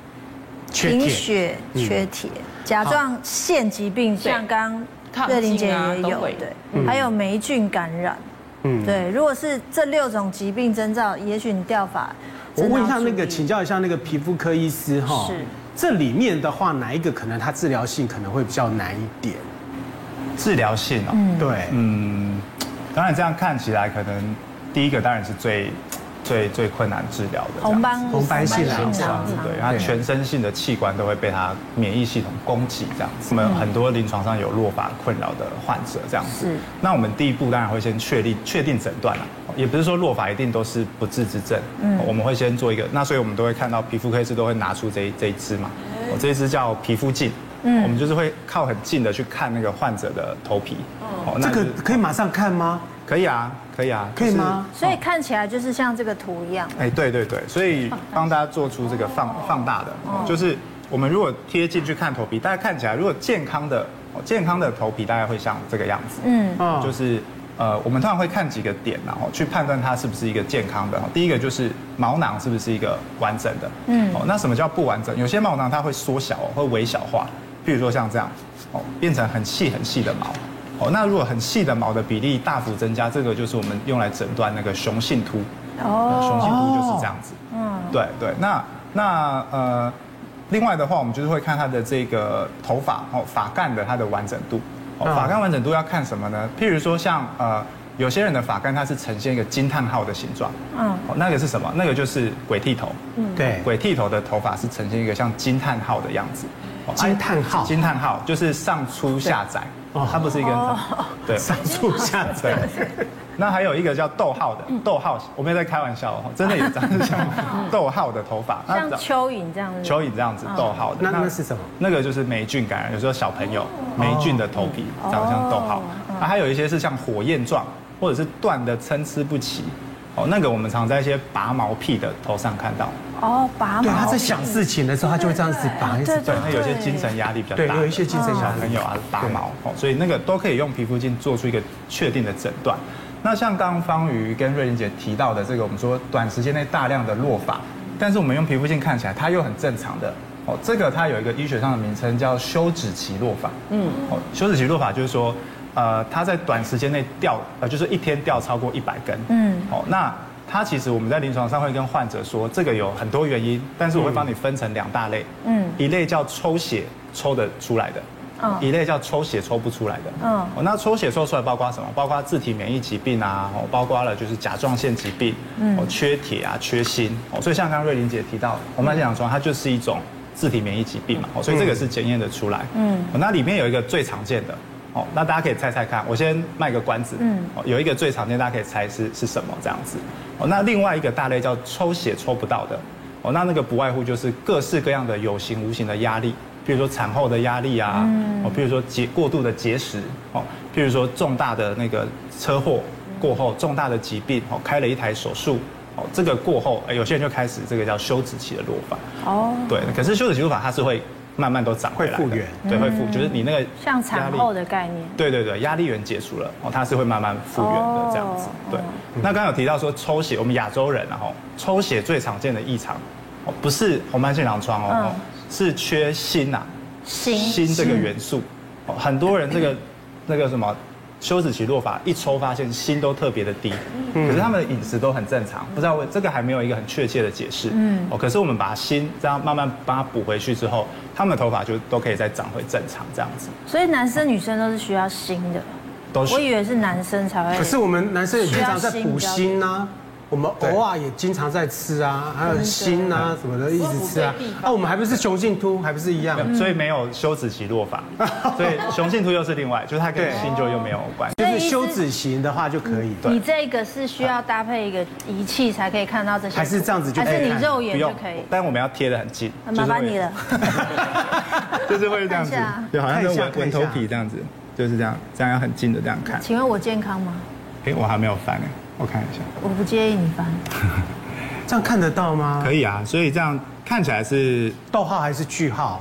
Speaker 1: 缺
Speaker 2: 贫
Speaker 1: 铁，嗯
Speaker 2: 血、缺铁、甲状腺疾病，像刚
Speaker 6: 抗
Speaker 2: 瑞玲姐
Speaker 6: 性啊
Speaker 2: 也
Speaker 6: 都
Speaker 2: 有
Speaker 6: 会，
Speaker 2: 对，还有霉菌感染。
Speaker 1: 嗯，
Speaker 2: 对，如果是这六种疾病征兆，也许你掉发。
Speaker 1: 我问一下那
Speaker 2: 真的
Speaker 1: 个，
Speaker 2: 要注意
Speaker 1: 请教一下那个皮肤科医师哈，
Speaker 2: 是
Speaker 1: 这里面的话，哪一个可能它治疗性可能会比较难一点？
Speaker 3: 治疗性哦，
Speaker 1: 对，
Speaker 3: 嗯，当然这样看起来，可能第一个当然是最最最困难治疗的这样子
Speaker 2: 红斑
Speaker 1: 红斑性狼
Speaker 2: 性
Speaker 1: 疮
Speaker 3: 对，它全身性的器官都会被它免疫系统攻击，这样子。我们很多临床上有落发困扰的患者，这样子
Speaker 2: 是。
Speaker 3: 那我们第一步当然会先确立确定诊断了，也不是说落发一定都是不治之症。嗯，我们会先做一个，那所以我们都会看到皮肤科医师都会拿出这一这一支嘛，哦这一支叫皮肤镜。嗯，我们就是会靠很近的去看那个患者的头皮。哦，
Speaker 1: 这个
Speaker 3: 就是
Speaker 1: 可以马上看吗？
Speaker 3: 可以啊，可以啊，
Speaker 1: 可以吗？
Speaker 2: 所以看起来就是像这个图一样。
Speaker 3: 哎，对对对，所以帮大家做出这个放放大的，就是我们如果贴近去看头皮，大家看起来如果健康的哦健康的头皮大概会像这个样子，
Speaker 2: 嗯，
Speaker 1: 啊
Speaker 3: 就，是呃，我们通常会看几个点，然后去判断它是不是一个健康的。第一个就是毛囊是不是一个完整的，嗯，哦，那什么叫不完整？有些毛囊它会缩小，哦会微小化，譬如说像这样，哦，变成很细很细的毛。哦，那如果很细的毛的比例大幅增加，这个就是我们用来诊断那个雄性秃。哦，雄性秃就是这样子。嗯，对对，那那呃，另外的话，我们就是会看它的这个头发哦，发干的它的完整度。哦，
Speaker 1: 嗯
Speaker 3: 发干完整度要看什么呢？譬如说像呃，有些人的发干它是呈现一个惊叹号的形状。
Speaker 2: 嗯
Speaker 3: 嗯，哦，那个是什么？那个就是鬼剃头。嗯，
Speaker 1: 对，
Speaker 3: 鬼剃头的头发是呈现一个像惊叹号的样子。哦
Speaker 1: 惊叹号
Speaker 3: 惊叹号就是上粗下窄，
Speaker 1: 哦
Speaker 3: 它不是一个人长。对，
Speaker 1: 上吐下
Speaker 3: 对
Speaker 1: 泻。。
Speaker 3: 那还有一个叫逗号的，逗号，我没有在开玩笑哦，真的有长得像逗号的头发，
Speaker 2: 像
Speaker 3: 那长
Speaker 2: 蚯蚓这样子。
Speaker 3: 啊蚯蚓这样子逗号的。
Speaker 1: 那那是什么？
Speaker 3: 那个就是霉菌感染，有时候小朋友霉菌的头皮长得像逗号，那还有一些是像火焰状，或者是断的参差不齐。哦，那个我们常在一些拔毛癖的头上看到，
Speaker 2: 哦，拔毛。
Speaker 1: 对，他在想事情的时候，他就会这样子拔，一直
Speaker 3: 对
Speaker 1: 拔。，
Speaker 3: 他有些精神压力比较大的，
Speaker 1: 对有一些精神压
Speaker 3: 小
Speaker 1: 力
Speaker 3: 朋友啊拔毛哦，所以那个都可以用皮肤镜做出一个确定的诊断。那像刚刚方瑜跟瑞玲姐提到的这个，我们说短时间内大量的落发，但是我们用皮肤镜看起来它又很正常的哦，这个它有一个医学上的名称叫休止期落发，嗯，哦，休止期落发就是说。呃，它在短时间内掉，呃，就是一天掉超过一百根，嗯，哦，那它其实我们在临床上会跟患者说，这个有很多原因，但是我会帮你分成两大类，嗯，一类叫抽血抽得出来的，
Speaker 2: 嗯
Speaker 3: 一类叫抽血抽不出来的，
Speaker 2: 嗯
Speaker 3: 嗯，哦那抽血抽出来包括什么？包括自体免疫疾病啊，哦，包括了就是甲状腺疾病，哦，缺铁啊，缺锌，哦，所以像刚刚瑞玲姐提到，红斑性狼疮它就是一种自体免疫疾病嘛，哦，所以这个是检验的出来，嗯，那里面有一个最常见的。哦，那大家可以猜猜看，我先卖个关子。嗯，哦，有一个最常见，大家可以猜是是什么这样子。哦，那另外一个大类叫抽血抽不到的，哦，那那个不外乎就是各式各样的有形无形的压力，比如说产后的压力啊，哦，比如说节过度的节食，哦，譬如说重大的那个车祸过后，重大的疾病，哦，开了一台手术，哦，这个过后，哎有些人就开始这个叫休止期的落发，
Speaker 2: 哦，
Speaker 3: 对，可是休止期落发它是会慢慢都长回来的
Speaker 1: 会复原
Speaker 3: 对，会复，就是你那个
Speaker 2: 嗯像
Speaker 3: 压
Speaker 2: 产
Speaker 3: 力
Speaker 2: 后的概念。
Speaker 3: 对对对，压力源解除了，哦，它是会慢慢复原的这样子
Speaker 2: 哦。
Speaker 3: 对，那刚刚有提到说抽血，我们亚洲人然后抽血最常见的异常，哦，不是红斑性狼疮哦，
Speaker 2: 嗯
Speaker 3: 是
Speaker 2: 嗯
Speaker 3: 缺锌呐、啊，锌这个元素，哦，很多人这个那个什么休止期落发一抽发现锌都特别的低，
Speaker 2: 嗯
Speaker 3: 可是他们的饮食都很正常，不知道为这个还没有一个很确切的解释。嗯，哦，可是我们把锌这样慢慢帮它补回去之后，他们的头发就都可以再长回正常这样子。
Speaker 2: 所以男生女生都是需要新的，
Speaker 3: 都哦是
Speaker 2: 我以为是男生才会。
Speaker 1: 可是我们男生也经常在补锌呐、我们偶尔也经常在吃啊，还有锌呐什么的，一直吃啊
Speaker 6: 我补肺。
Speaker 1: 啊，我们还不是雄性秃，还不是一样
Speaker 3: 没？
Speaker 2: 嗯
Speaker 3: 有所以没有休止期 落发，所以雄性秃又是另外，就是它跟
Speaker 1: 对
Speaker 3: 锌就又没有关系。
Speaker 1: 就是休止型的话就可以。
Speaker 2: 你这个是需要搭配一个仪器才可以看到这些，
Speaker 1: 还是这样子就
Speaker 2: 还
Speaker 1: 可以
Speaker 2: 是
Speaker 1: 看
Speaker 2: 你肉眼
Speaker 3: 不
Speaker 2: 就
Speaker 3: 用
Speaker 2: 可以，？啊
Speaker 3: 但我们要贴的很近，
Speaker 2: 很麻烦
Speaker 3: 就是会
Speaker 2: 你了，
Speaker 3: 就是会 这样子
Speaker 2: 看一下，
Speaker 3: 对，好像在
Speaker 1: 看一下
Speaker 3: 闻
Speaker 1: 看
Speaker 3: 闻
Speaker 1: 一下
Speaker 3: 头皮这样子，就是这样，这样要很近的这样看。
Speaker 2: 请问我健康吗？
Speaker 3: 哎，我还没有翻哎，我看一下，
Speaker 2: 我不介意你翻，
Speaker 1: 这样看得到吗？
Speaker 3: 可以啊，所以这样看起来是
Speaker 1: 逗号还是句号？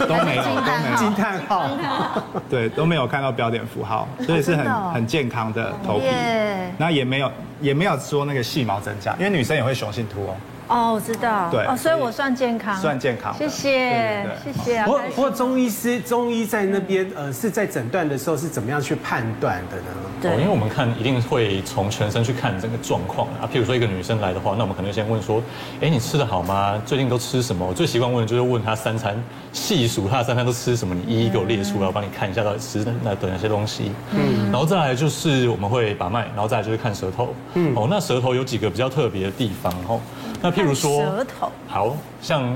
Speaker 3: 都没有，
Speaker 2: 惊
Speaker 3: 都
Speaker 2: 叹
Speaker 3: 没
Speaker 2: 号
Speaker 3: 有，
Speaker 1: 惊叹号。
Speaker 3: 对，都没有看到标点符号，所以是
Speaker 2: 真的哦
Speaker 3: 很很健康的头皮
Speaker 2: 耶，
Speaker 3: 那也没有也没有说那个细毛增加，因为女生也会雄性秃哦，
Speaker 2: 哦，我知道，
Speaker 3: 对
Speaker 2: 哦，所以我算健康，
Speaker 3: 算健康
Speaker 2: 谢
Speaker 3: 的对
Speaker 2: 谢
Speaker 3: 对，哦
Speaker 2: 谢
Speaker 3: 对
Speaker 2: 谢啊，
Speaker 1: 不过
Speaker 2: 开心
Speaker 1: 不过中医师中医在那边呃是在诊断的时候是怎么样去判断的呢？
Speaker 4: 哦因为
Speaker 2: 对，
Speaker 4: 我们看一定会从全身去看整个状况啊。譬如说一个女生来的话，那我们可能先问说，哎，你吃的好吗？最近都吃什么？我最习惯问的就是问她三餐，细数她的三餐都吃什么，你一一给我列出来，我帮你看一下到底吃那的哪些东西。嗯，然后再来就是我们会把脉，然后再来就是看舌头。嗯，哦，那舌头有几个比较特别的地方哦。那譬如说
Speaker 2: 看舌头，
Speaker 4: 好像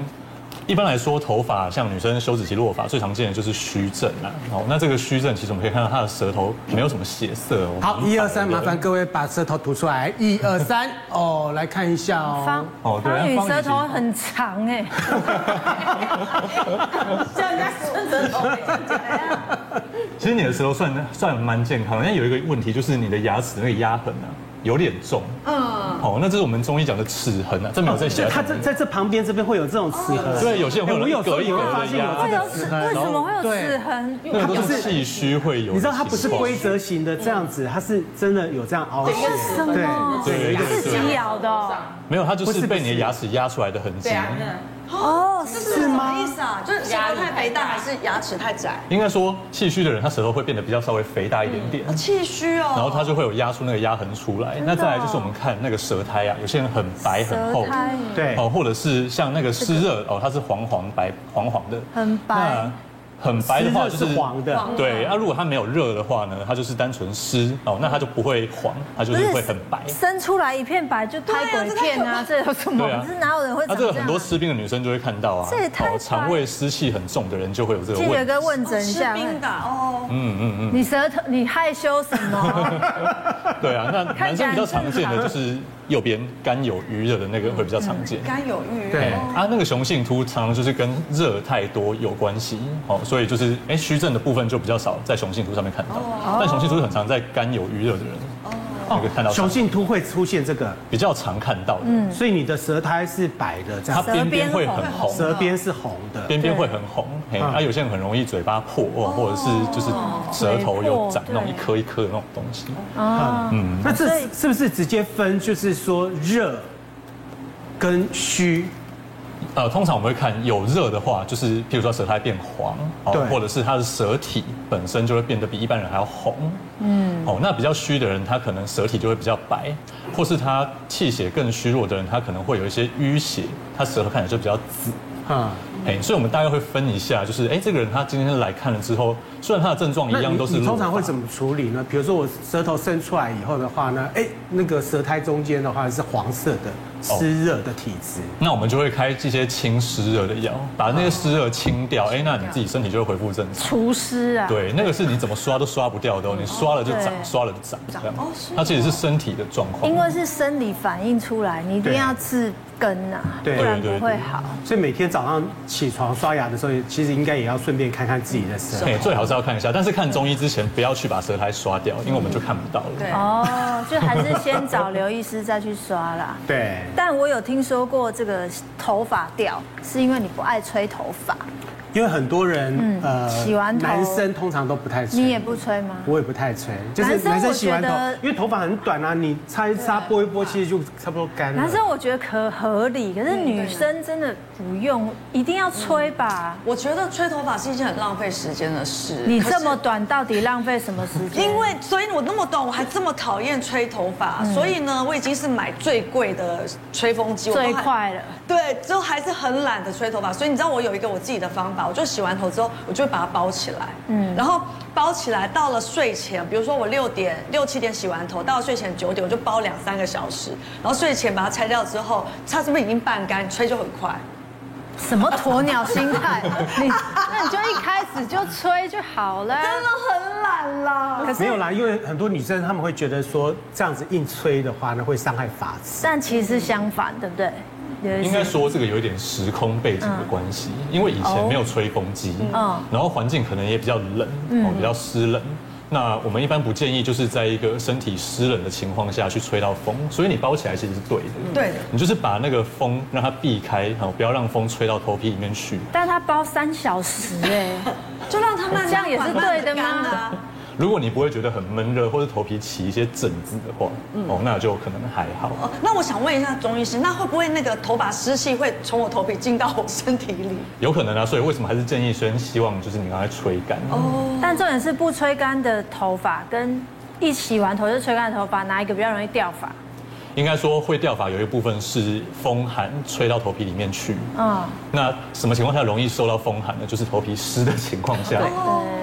Speaker 4: 一般来说，头发像女生休止期落发，最常见的就是虚症啦。哦，那这个虚症其实我们可以看到她的舌头没有什么血色哦。
Speaker 1: 好，一二三，麻烦
Speaker 4: 各
Speaker 1: 各位把舌头吐出来，一二三，哦，来看一下哦
Speaker 2: 方。
Speaker 4: 哦对
Speaker 2: 方宇
Speaker 4: 方宇
Speaker 2: 舌
Speaker 4: 其实
Speaker 2: 头很长哎，
Speaker 6: 叫人家伸舌头，啊
Speaker 4: 其实你的舌头算算蛮健康的，但有一个问题就是你的牙齿那个压痕啊有点重。嗯。哦，那这是我们中医讲的齿痕啊，这没有在写
Speaker 1: 哦就
Speaker 4: 在
Speaker 1: 它
Speaker 4: 上面。
Speaker 1: 在在这旁边这边会有这种齿痕，
Speaker 4: 对，有些人会
Speaker 1: 哎我有
Speaker 4: 一格一
Speaker 1: 时候
Speaker 4: 格
Speaker 1: 也会发
Speaker 4: 的
Speaker 1: 现有
Speaker 4: 压
Speaker 1: 这
Speaker 2: 会
Speaker 1: 个
Speaker 2: 有齿，为什么会有齿痕？
Speaker 4: 那个都是气虚会有
Speaker 1: 你
Speaker 4: 的情况。
Speaker 1: 知道它不是规则型的这样子，它是真的有这样凹陷。
Speaker 2: 什么？
Speaker 4: 对对对对
Speaker 2: 自己咬的哦
Speaker 4: 没有，它就
Speaker 1: 不是
Speaker 4: 是
Speaker 1: 不
Speaker 4: 被你的
Speaker 1: 是
Speaker 4: 牙齿压出来的痕迹
Speaker 6: 对。啊，那
Speaker 2: 哦，
Speaker 5: 这是什么意思啊？就是舌头太肥大，还是牙齿太窄？
Speaker 4: 应该说，气虚的人他舌头会变得比较稍微肥大一点点。
Speaker 1: 嗯
Speaker 5: 气虚哦。
Speaker 4: 然后它就会有压出那个压痕出来。那再来就是我们看那个舌苔啊，有些人很白很厚
Speaker 2: 哦舌，苔
Speaker 1: 对
Speaker 4: 哦，或者是像那个湿热哦，它是黄黄白黄黄的，
Speaker 2: 很白
Speaker 4: 那很白
Speaker 1: 湿
Speaker 4: 的话
Speaker 1: 热
Speaker 4: 就是是
Speaker 1: 黄。的，
Speaker 4: 对，啊那、如果它没有热的话呢，它就是单纯湿哦，那它就不会黄，它就
Speaker 2: 不
Speaker 4: 是
Speaker 2: 是
Speaker 4: 会很白。
Speaker 2: 生出来一片白就拍鬼片啊，这有什么？这哪有人会
Speaker 4: 那
Speaker 2: 长
Speaker 4: 这
Speaker 2: 这
Speaker 4: 个
Speaker 2: 样啊？
Speaker 4: 很多吃冰的女生就会看到啊，
Speaker 2: 这也太白
Speaker 4: 肠胃湿气很重的人就会有这个
Speaker 2: 记得
Speaker 4: 问题。
Speaker 2: 跟问诊一
Speaker 5: 吃
Speaker 2: 下。
Speaker 5: 冰的哦，
Speaker 4: 嗯嗯嗯，
Speaker 2: 你舌头，你害羞什 么？
Speaker 4: 对啊，那
Speaker 2: 看
Speaker 4: 男
Speaker 2: 起来
Speaker 4: 生比较
Speaker 2: 很
Speaker 4: 常见的就是右边肝有余热的那个会比较常
Speaker 2: 嗯
Speaker 4: 见。
Speaker 5: 肝有郁。
Speaker 1: 对
Speaker 4: 哎啊，那个雄性秃常常就是跟热太多有关系，哦，所以就是哎虚症的部分就比较少在雄性秃上面看到，但雄性秃很常在肝有余热的人，那个看到
Speaker 1: 雄性秃会出现这个，
Speaker 4: 比较常看到的，
Speaker 2: 嗯
Speaker 1: 所以你的舌苔是白的，这
Speaker 4: 它
Speaker 1: 样
Speaker 4: 边边会很红，
Speaker 1: 舌边是红的。
Speaker 4: 边边会很红，哎，
Speaker 1: 嗯
Speaker 4: 啊有些人很容易嘴巴破，哦或者是就是舌头有长那种
Speaker 2: 嘴
Speaker 4: 一
Speaker 2: 破
Speaker 4: 颗一颗的那种东西，
Speaker 2: 哦，
Speaker 4: 嗯
Speaker 1: 那这
Speaker 2: 所以
Speaker 1: 是不是直接分就是说热跟虚？
Speaker 4: 呃，通常我们会看有热的话，就是譬如说舌苔变黄，
Speaker 1: 对
Speaker 4: 哦，或者是它的舌体本身就会变得比一般人还要红，嗯，哦，那比较虚的人，他可能舌体就会比较白，或是他气血更虚弱的人，他可能会有一些淤血，他舌头看起来就比较紫，
Speaker 1: 啊，
Speaker 4: 哎，所以我们大概会分一下，就是哎，这个人他今天来看了之后，虽然他的症状
Speaker 1: 那
Speaker 4: 一样
Speaker 1: 你
Speaker 4: 都是
Speaker 1: 你通常
Speaker 4: 落发
Speaker 1: 会怎么处理呢？比如说我舌头伸出来以后的话呢，哎，那个舌苔中间的话是黄色的，
Speaker 4: 哦
Speaker 1: 湿热的体质。
Speaker 4: 那我们就会开一些清湿热的药，把
Speaker 1: 哦
Speaker 4: 那个湿热清掉，哎，那你自己身体就会恢复正常。
Speaker 2: 厨师啊，
Speaker 4: 对，那个是你怎么刷都刷不掉的哦，你刷了就长，
Speaker 2: 对
Speaker 4: 刷了就长，这样
Speaker 5: 哦是哦。
Speaker 4: 它其实是身体的状况
Speaker 2: 因。为是生理反应出来，你一定要治根啊，不
Speaker 1: 对
Speaker 2: 然不
Speaker 4: 对对
Speaker 2: 会
Speaker 4: 对
Speaker 2: 好。
Speaker 1: 所以每天早上起床刷牙的时候，其实应该也要顺便看看自己的舌。
Speaker 4: 哎，最好是要看一下，但是看中医之前不要去把舌苔刷掉，因为我们就看不到了。
Speaker 5: 对
Speaker 2: 哦，就还是先找刘医师再去刷啦。
Speaker 1: 对，
Speaker 2: 但我有听说过这个头发掉是因为你不爱吹头发，
Speaker 1: 因为很多人呃，
Speaker 2: 嗯洗完头
Speaker 1: 男生通常都不太吹，
Speaker 2: 你也不吹吗？
Speaker 1: 我也不太吹，就是
Speaker 2: 男生
Speaker 1: 男生洗完头
Speaker 2: 我觉得，
Speaker 1: 因为头发很短啊，你擦一擦、拨一拨，其实就差不多干了。
Speaker 2: 男生我觉得可合理，可是女生真的不用，一定要吹吧？
Speaker 5: 我觉得吹头发是一件很浪费时间的事。
Speaker 2: 你
Speaker 5: 可是
Speaker 2: 这么短，到底浪费什么时间？
Speaker 5: 因为，所以我那么短，我还这么讨厌吹头发，
Speaker 2: 嗯
Speaker 5: 所以呢，我已经是买最贵的吹风机，我都还
Speaker 2: 最快了。
Speaker 5: 对，之后还是很懒的吹头发，所以你知道我有一个我自己的方法，我就洗完头之后，我就会把它包起来，嗯，然后包起来到了睡前，比如说我六点六七点洗完头，到了睡前九点我就包两三个小时，然后睡前把它拆掉之后，它是不是已经半干？吹就很快。
Speaker 2: 什么鸵鸟心 态？你那你就一开始就吹就好了。
Speaker 5: 真的很懒啦。
Speaker 2: 可是
Speaker 1: 没有啦，因为很多女生她们会觉得说这样子硬吹的话呢，会伤害发质。
Speaker 2: 但其实相反，对不对？有一
Speaker 4: 应该说这个有一点时空背景
Speaker 5: 嗯
Speaker 4: 的关系，因为以前
Speaker 5: 哦
Speaker 4: 没有吹风机，
Speaker 2: 嗯
Speaker 4: 然后环境可能也比较冷，
Speaker 5: 嗯
Speaker 4: 哦，比较湿冷。那我们一般不建议就是在一个身体湿冷的情况下去吹到风，所以你包起来其实是对的。
Speaker 5: 对的
Speaker 4: 你就是把那个风让它避开，哦，不要让风吹到头皮里面去。
Speaker 2: 但他包三小时哎，
Speaker 5: 就让它慢慢
Speaker 2: 这样也是对的吗
Speaker 5: 慢慢地干啊
Speaker 4: 如果你不会觉得很闷热，或者头皮起一些疹子的话，哦，那就可能还好。
Speaker 5: 哦，那我想问一下钟医师，那会不会那个头发湿气会从我头皮进到我身体里？
Speaker 4: 有可能啊，所以为什么还是建议先希望就是你刚才吹干。
Speaker 2: 但重点是不吹干的头发跟一洗完头就吹干的头发，哪一个比较容易掉发？
Speaker 4: 应该说会掉发有一部分是风寒吹到头皮里面去。
Speaker 2: 嗯，
Speaker 4: 那什么情况下容易受到风寒呢？就是头皮湿的情况下。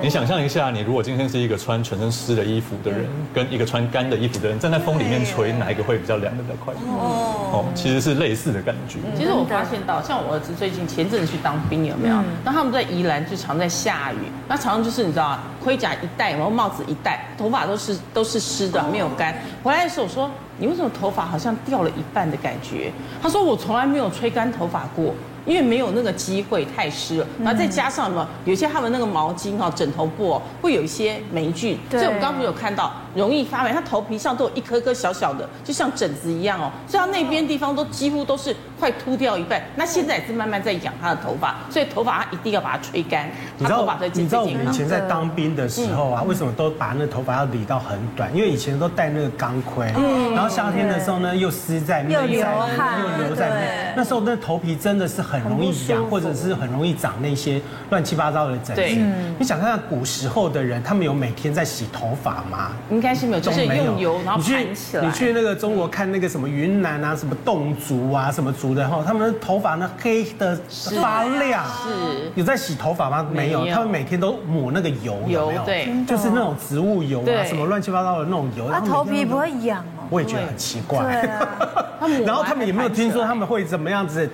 Speaker 4: 你想象一下，你如果今天是一个穿全身湿的衣服的人，跟一个穿干的衣服的人站在风里面吹，哪一个会比较凉的比较快？哦，其实是类似的感觉。
Speaker 6: 其实我发现到，像我儿子最近前阵子去当兵，有没有？那他们在宜兰就常在下雨，那常常就是你知道啊，盔甲一戴，然后帽子一戴，头发都是都是湿的，没有干。回来的时候我说，你为什么头发好像掉了一半的感觉？他说我从来没有吹干头发过。因为没有那个机会，太湿了，然后再加上什么，有些他们那个毛巾哈、枕头布、哦、会有一些霉菌，
Speaker 2: 对
Speaker 6: 所以我们刚不是有看到容易发霉，它头皮上都有一颗颗小小的，就像疹子一样哦，所以它那边地方都几乎都是快秃掉一半。那现在也是慢慢在养它的头发，所以头发它一定要把它吹干，
Speaker 1: 你知
Speaker 6: 它头
Speaker 1: 道
Speaker 6: 发才
Speaker 1: 你
Speaker 6: 健
Speaker 1: 知道我
Speaker 6: 健
Speaker 1: 们以
Speaker 6: 康。
Speaker 1: 前在当兵的时候
Speaker 2: 嗯
Speaker 1: 啊，为什么都把那头发要理到很短？因为以前都戴那个钢盔，然后夏天的时候呢又湿在内
Speaker 2: 嗯又流
Speaker 1: 在
Speaker 2: 汗
Speaker 1: 又流在内
Speaker 2: 对，
Speaker 1: 那时候那头皮真的是很容易痒，或者是很容易长那些乱七八糟的疹子
Speaker 6: 对。
Speaker 2: 嗯
Speaker 1: 你想看看古时候的人，他们有每天在洗头发吗？
Speaker 6: 应该是没有，就是
Speaker 1: 没有
Speaker 6: 用油然后
Speaker 1: 你去
Speaker 6: 盘起来。
Speaker 1: 你去那个中国看那个什么云南啊，什么侗族啊，什么族的哈，他们的头发呢黑的
Speaker 6: 啊
Speaker 1: 发亮。
Speaker 6: 是
Speaker 1: 有在洗头发吗？没
Speaker 6: 没有
Speaker 1: 有，他们每天都抹那个油，有没有
Speaker 6: 油对
Speaker 1: 就是那种植物油啊，
Speaker 6: 对
Speaker 1: 什么乱七八糟的那种油。
Speaker 2: 啊，
Speaker 1: 然后哦每
Speaker 2: 头
Speaker 1: 天
Speaker 2: 皮
Speaker 1: 都
Speaker 2: 不会痒哦。
Speaker 1: 我也觉得很奇
Speaker 2: 对
Speaker 1: 怪。
Speaker 2: 啊，
Speaker 6: 它抹 完
Speaker 1: 然后他们也没有听说他们会怎么样子。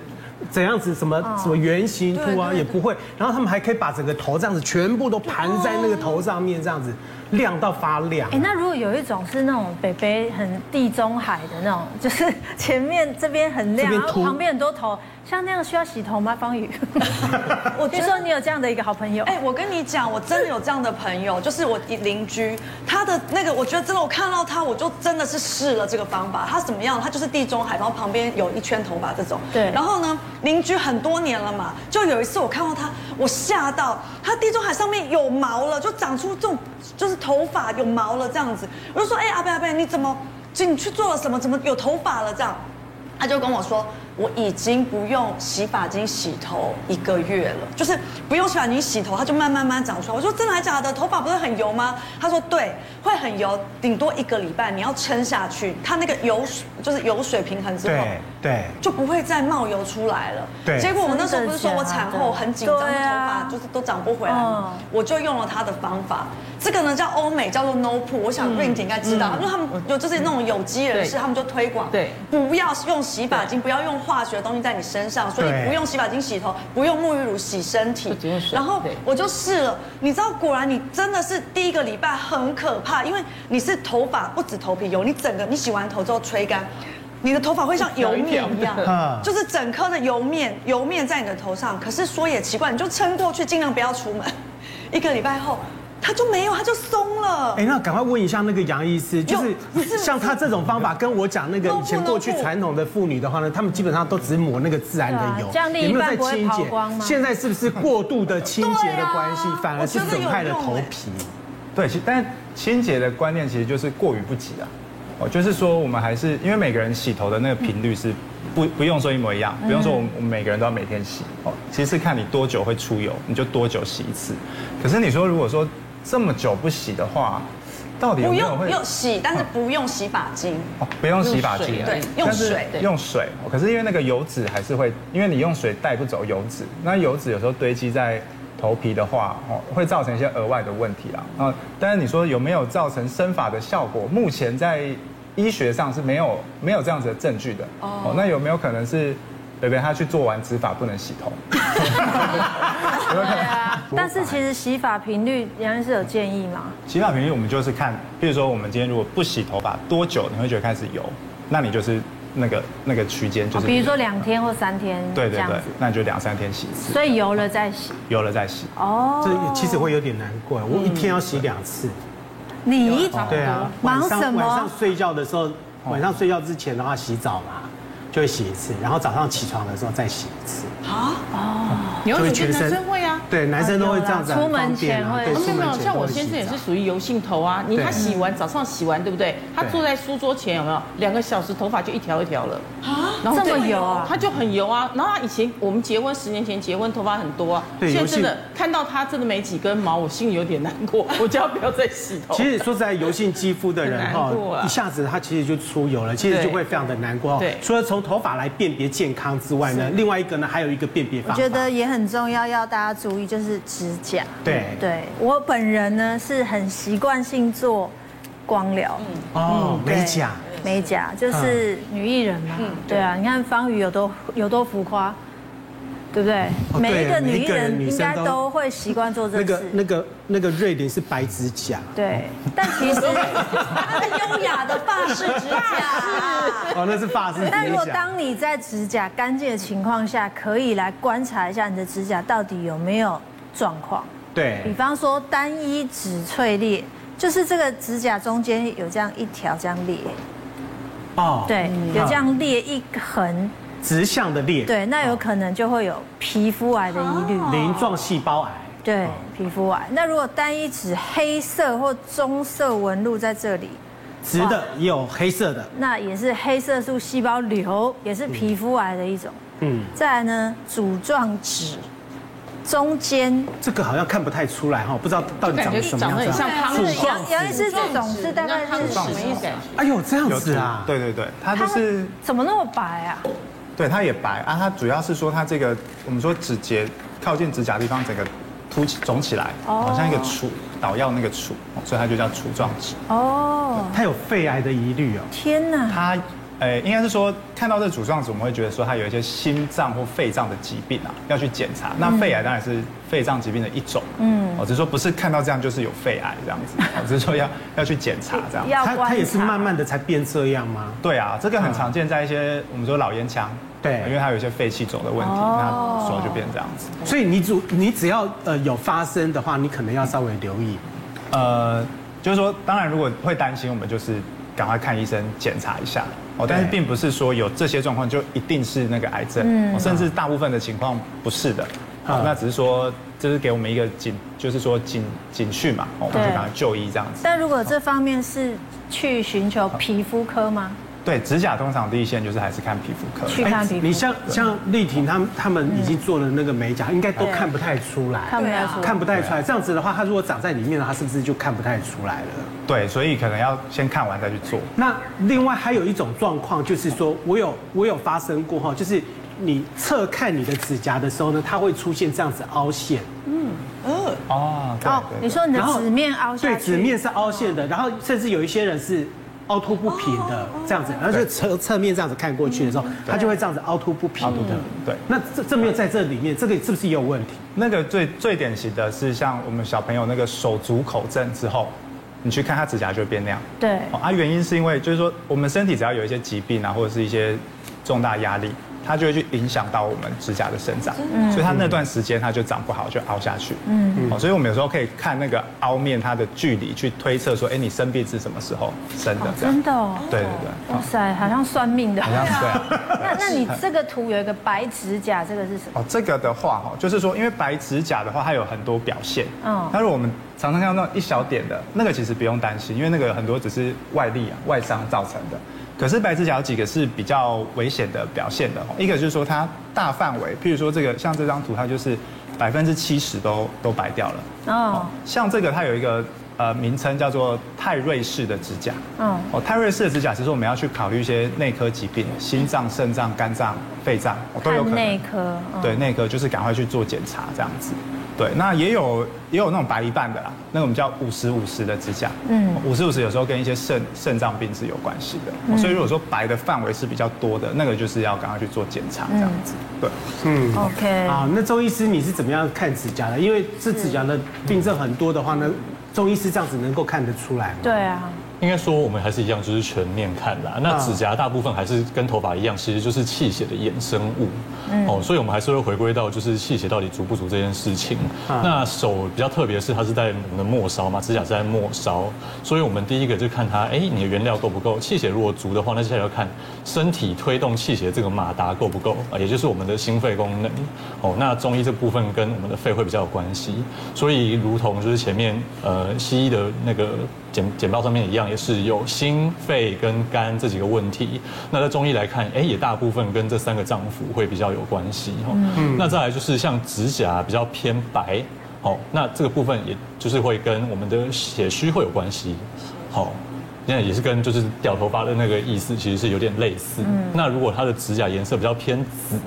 Speaker 1: 怎样子什么
Speaker 2: 嗯
Speaker 1: 什么圆形秃啊也不会，然后他们还可以把整个头这样子全部都盘在那个头上面，这样子亮到发亮。
Speaker 2: 哎，那如果有一种是那种北北很地中海的那种， 就是前面这边很亮，
Speaker 1: 这边
Speaker 2: 然后
Speaker 1: 秃
Speaker 2: 旁边很多头，像那样需要洗头吗？方宇， 我据说你有这样的一个好朋友，
Speaker 5: 哎、我跟你讲，我真的有这样的朋友，就是我邻居，他的那个，我觉得真的，我看到他，我就真的是试了这个方法。他怎么样？他就是地中海，然后旁边有一圈头发这种。
Speaker 2: 对
Speaker 5: 然后呢，邻居很多年了嘛，就有一次我看到他，我吓到，他地中海上面有毛了，就长出这种就是头发有毛了这样子。我就说，哎、阿贝阿贝，你怎么，就你去做了什么？怎么有头发了这样？他就跟我说，我已经不用洗发精洗头一个月了，就是不用洗发精洗头，它就慢慢慢慢长出来。我说真的还假的？头发不是很油吗？他说对，会很油，顶多一个礼拜，你要撑下去，它那个油就是油水平衡之后。
Speaker 1: 对对，
Speaker 5: 就不会再冒油出来了。
Speaker 1: 对
Speaker 5: 结果我那时候不是说我产后很紧张，头
Speaker 2: 真的假的
Speaker 5: 发就是都长不回来
Speaker 2: 嗯
Speaker 5: 嘛，我就用了他的方法。这个呢叫欧美，叫做 No Poo，我想 Rain 姐应该知
Speaker 2: 嗯
Speaker 5: 道，因为他们有就是那种有机人士，
Speaker 6: 对
Speaker 5: 他们就推广，
Speaker 6: 对
Speaker 5: 不要用洗发精，不要用化学的东西在你身上，所以
Speaker 1: 对
Speaker 5: 不用洗发精洗头，不用沐浴乳洗身体
Speaker 6: 就只用，水
Speaker 5: 然后
Speaker 6: 对
Speaker 5: 我就试了，你知道，果然你真的是第一个礼拜很可怕，因为你是头发不止头皮油，你整个你洗完头之后吹干，你的头发会像油面一样
Speaker 6: 一条一条，
Speaker 1: 的
Speaker 5: 就是整颗的油面，油面在你的头上。可是说也奇怪，你就撑过去，尽量不要出门。一个礼拜后，它就没有，它就松了
Speaker 1: 哎，。那赶快问一下那个杨医师，就是像他这种方法，跟我讲那个以前过去传统的妇女的话呢，她们基本上都只抹那个自然的油
Speaker 2: 对啊这样，另一
Speaker 1: 有没有
Speaker 2: 半
Speaker 1: 在
Speaker 2: 不会
Speaker 1: 清
Speaker 2: 跑
Speaker 1: 洁
Speaker 2: 光？吗
Speaker 1: 现在是不是过度的清洁
Speaker 5: 对
Speaker 1: 的
Speaker 5: 啊
Speaker 1: 关系，反而是
Speaker 5: 我觉得
Speaker 1: 损
Speaker 5: 有
Speaker 1: 害了
Speaker 5: 用
Speaker 1: 头
Speaker 5: 哎
Speaker 1: 皮？
Speaker 3: 对，其但清洁的观念其实就是过于不及啊。哦，就是说我们还是因为每个人洗头的那个频率是不不用说一模一样，不用说
Speaker 5: 嗯
Speaker 3: 我们我们每个人都要每天洗哦，其实是看你多久会出油，你就多久洗一次。可是你说如果说这么久不洗的话，到底有
Speaker 5: 不
Speaker 3: 没有
Speaker 5: 用
Speaker 3: 会
Speaker 5: 用洗，但是不用洗发精。
Speaker 3: 哦，不用洗发精啊，
Speaker 5: 对用
Speaker 3: 但是
Speaker 5: 水对
Speaker 3: 用水。哦可是因为那个油脂还是会，因为你用水带不走油脂，那油脂有时候堆积在头皮的话，哦，会造成一些额外的问题啦。啊，但是你说有没有造成生发的效果？目前在医学上是没有没有这样子的证据的。哦，那有没有可能是？北北他去做完植发不能洗头，
Speaker 2: 对啊，但
Speaker 1: 哎
Speaker 2: 是其实洗发频率杨医师有建议吗？
Speaker 3: 洗发频率我们就是看，譬如说我们今天如果不洗头发多久，你会觉得开始油，那你就是那个那个区间就
Speaker 2: 哦
Speaker 3: 是，
Speaker 2: 啊比如说两天或三天
Speaker 3: 对
Speaker 2: 这
Speaker 3: 对
Speaker 2: 样
Speaker 3: 对
Speaker 2: 子，，
Speaker 3: 那你就两三天洗一次，
Speaker 2: 所以油了再洗。
Speaker 3: 有了再洗。
Speaker 2: 哦，
Speaker 1: 这其实会有点难过，我一天要洗两次。
Speaker 2: 你一
Speaker 1: 对啊，
Speaker 2: 嗯忙
Speaker 1: 晚上
Speaker 2: 什么哦
Speaker 1: 晚上睡觉的时候，晚上睡觉之前的话洗澡嘛，就会洗一次，然后早上起床的时候再洗一次。
Speaker 6: 有
Speaker 1: 所以
Speaker 6: 女
Speaker 1: 全
Speaker 6: 生
Speaker 1: 身
Speaker 6: 男生会啊。
Speaker 1: 对，男生都会这样子，
Speaker 2: 有啦
Speaker 1: 很方便啊
Speaker 2: 出门
Speaker 1: 对
Speaker 2: 前会
Speaker 6: 哦
Speaker 1: 出
Speaker 6: 没有没有，
Speaker 1: 门前
Speaker 6: 像我
Speaker 1: 都会洗
Speaker 6: 先生也是
Speaker 1: 澡
Speaker 6: 属于油性头啊。你
Speaker 1: 对
Speaker 6: 他洗完早上洗完，对不对？他坐在书桌前有没有两个小时，头发就一条一条了啊？然
Speaker 2: 这么
Speaker 6: 对
Speaker 2: 油啊
Speaker 6: 他就很油啊。然后他以前我们结婚十年前结婚，头发很多啊。
Speaker 1: 对
Speaker 6: 现在
Speaker 1: 油性
Speaker 6: 真的看到他真的没几根毛，我心里有点难 过，我叫他不要再洗头。
Speaker 1: 其实说实在，油性肌肤的人哈
Speaker 6: 哦很难过，啊
Speaker 1: 一下子他其实就出油了，其实
Speaker 6: 对
Speaker 1: 就会非常的难过。
Speaker 6: 对
Speaker 1: 除了从头发来辨别健康之外呢，另外一个呢，还有一个辨别
Speaker 2: 我
Speaker 1: 方法。
Speaker 2: 觉得也很重要，要大家注意就是指甲。
Speaker 1: 对
Speaker 2: 对我本人呢是很习惯性做光疗，
Speaker 1: 哦，
Speaker 2: 对
Speaker 1: 美甲，
Speaker 2: 美甲就是女艺人嘛，对啊，你看方宇有多有多浮夸，对不对？
Speaker 1: 哦对
Speaker 2: 每一个女
Speaker 1: 每
Speaker 2: 艺
Speaker 1: 一个人
Speaker 2: 人
Speaker 1: 女
Speaker 2: 应
Speaker 1: 生
Speaker 2: 该
Speaker 1: 都
Speaker 2: 都会习惯做这
Speaker 1: 那个
Speaker 2: 事。
Speaker 1: 那个那个瑞典是白指 甲。
Speaker 2: 对，但其实它是优雅的发饰指 甲。
Speaker 1: 哦，那是发式
Speaker 2: 但如
Speaker 1: 指
Speaker 2: 果
Speaker 1: 甲。
Speaker 2: 当你在指甲干净的情况下，可以来观察一下你的指甲到底有没有状况。比
Speaker 1: 对，
Speaker 2: 方说单一指脆裂，就是这个指甲中间有这样一条这样裂，
Speaker 1: 哦，
Speaker 2: 对，有这样裂一横，
Speaker 1: 直向的裂，
Speaker 2: 对，那有可能就会有皮肤癌的疑虑。
Speaker 1: 鳞状细胞癌。
Speaker 2: 对，皮肤癌。那如果单一指黑色或棕色纹路在这里，
Speaker 1: 直的也有黑色的，
Speaker 2: 那也是黑色素细胞瘤，也是皮肤癌的一种。
Speaker 1: 嗯，
Speaker 2: 再来呢，乳状指中间
Speaker 1: 这个好像看不太出来哈，不知道到底
Speaker 6: 感
Speaker 1: 长
Speaker 6: 觉
Speaker 1: 得什么
Speaker 6: 长得
Speaker 1: 样
Speaker 6: 很
Speaker 1: 子
Speaker 6: 像
Speaker 1: 啊。
Speaker 6: 康
Speaker 1: 乳
Speaker 6: 氏，
Speaker 1: 状
Speaker 2: 杨杨医师这种是大概
Speaker 6: 你知道康
Speaker 2: 是
Speaker 6: 氏
Speaker 2: 什
Speaker 6: 什么意
Speaker 2: 么？
Speaker 6: 思？啊
Speaker 1: 哎呦，这样子啊，
Speaker 3: 对对对，它
Speaker 2: 它
Speaker 3: 就是
Speaker 2: 怎么那么白啊？
Speaker 3: 对它也白啊，它主要是说它这个我们说指节靠近指甲的地方整个凸起肿起来，
Speaker 2: 哦
Speaker 3: 好像一个杵捣药那个杵，哦所以它就叫杵状指。
Speaker 2: 哦，
Speaker 1: 它有肺癌的疑虑哦。
Speaker 2: 天哪！
Speaker 3: 它呃应该是说看到这杵状指，我们会觉得说它有一些心脏或肺脏的疾病啊，要去检查。那
Speaker 2: 嗯
Speaker 3: 肺癌当然是肺脏疾病的一种，嗯，哦，只是说不是看到这样就是有肺癌这样子，哦只是说要要去检查这样。
Speaker 2: 要
Speaker 1: 它
Speaker 2: 观
Speaker 1: 它也是
Speaker 2: 察
Speaker 1: 慢慢的才变这样吗？
Speaker 3: 对啊，这个很常见在一些我们说老烟枪，
Speaker 1: 对
Speaker 3: 因为它有一些肺气肿的问题，
Speaker 2: 哦
Speaker 3: 那手就变这样子。
Speaker 1: 所以你主你只要呃有发生的话，你可能要稍微留意。
Speaker 3: 呃，就是说，当然如果会担心，我们就是赶快看医生检查一下哦。但是
Speaker 1: 对
Speaker 3: 并不是说有这些状况就一定是那个癌症，哦甚至大部分的情况不是的。哦
Speaker 1: 嗯
Speaker 3: 那只是说，这是给我们一个警，就是说警警讯嘛，哦我们
Speaker 2: 对
Speaker 3: 就赶快就医这样子。
Speaker 2: 但如果这方面是去寻求皮肤科吗？
Speaker 3: 对，指甲通常第一线就是还是看皮肤科。
Speaker 2: 去看皮
Speaker 1: 哎你
Speaker 2: 肤，
Speaker 1: 像像丽婷他们他们已经做了那个美甲，应该都看不太出来，
Speaker 2: 看不太出来
Speaker 1: 嗯看不太出来。这样子的话，它如果长在里面了，它是不是就看不太出来了？
Speaker 3: 对，所以可能要先看完再去做。
Speaker 1: 那另外还有一种状况，就是说我有我有发生过哈，就是你侧看你的指甲的时候呢，它会出现这样子凹陷，
Speaker 3: 哦，对
Speaker 2: 哦
Speaker 3: 对，对
Speaker 2: 你说你的纸面凹下去，
Speaker 1: 对，纸面是凹陷的，然后甚至有一些人是凹凸不平的这样子，然后就侧侧面这样子看过去的时候，它就会这样子嗯凹凸不平的。
Speaker 3: 对
Speaker 1: 那这这没有在这里面，这个是不是也有问题？
Speaker 3: 那个最最典型的是像我们小朋友那个手足口症之后，你去看他指甲就会变那样。
Speaker 2: 对
Speaker 3: 哦啊，原因是因为就是说我们身体只要有一些疾病啊，或者是一些重大压力，它就会去影响到我们指甲的生长，所以它那段时间它就长不好，就凹下去。嗯，哦，所以我们有时候可以看那个凹面它的距离去推测说，哎，你生病是什么时候生的？这样
Speaker 2: 真的哦，
Speaker 3: 对对对，
Speaker 2: 哇
Speaker 3: 好，
Speaker 2: 塞，好像算命的。
Speaker 3: 这样对啊。
Speaker 2: 那那你这个图有一个白指甲，这个是什么？
Speaker 3: 哦，这个的话哈，就是说，因为白指甲的话，它有很多表现。
Speaker 2: 嗯
Speaker 3: 嗯，但是我们常常看到那一小点的那个，其实不用担心，因为那个很多只是外力啊、外伤造成的。可是白指甲有几个是比较危险的表现的哦，一个就是说它大范围，譬如说这个像这张图，它就是百分之七十都都白掉了。
Speaker 2: 哦，
Speaker 3: 像这个它有一个呃名称叫做泰瑞氏的指甲。
Speaker 2: 嗯
Speaker 3: 嗯，哦，泰瑞氏的指甲，其实我们要去考虑一些内科疾病，心脏、肾脏、肝脏、肺脏、哦、都有可
Speaker 2: 看
Speaker 3: 能。
Speaker 2: 内科。嗯
Speaker 3: 对，，内科就是赶快去做检查这样子。对，那也有也有那种白一半的啦，那个我们叫五十五十的指甲，
Speaker 2: 嗯
Speaker 3: 嗯，五十五十有时候跟一些肾肾脏病是有关系的，哦所以如果说白的范围是比较多的，那个就是要赶快去做检查这样子。对，
Speaker 2: OK。
Speaker 1: 啊，那周医师你是怎么样看指甲的？因为这指甲的病症很多的话呢，周医师这样子能够看得出来吗？
Speaker 2: 对啊，
Speaker 4: 应该说我们还是一样，就是全面看啦。那指甲大部分还是跟头发一样，其实就是气血的衍生物。哦，所以我们还是会回归到就是气血到底足不足这件事情。那手比较特别是它是在我们的末梢嘛，指甲是在末梢，所以我们第一个就看它，哎，你的原料够不够？气血如果足的话，那接下来要看身体推动气血这个马达够不够，啊也就是我们的心肺功能。哦，那中医这部分跟我们的肺会比较有关系，所以如同就是前面呃西医的那个简简报上面一样，也是有心、肺跟肝这几个问题。那在中医来看，哎，也大部分跟这三个脏腑会比较有关系哈。那再来就是像指甲比较偏白，哦，那这个部分也就是会跟我们的血虚会有关系，好。那也是跟就是掉头发的那个意思，其实是有点类似。那如果它的指甲颜色比较偏紫，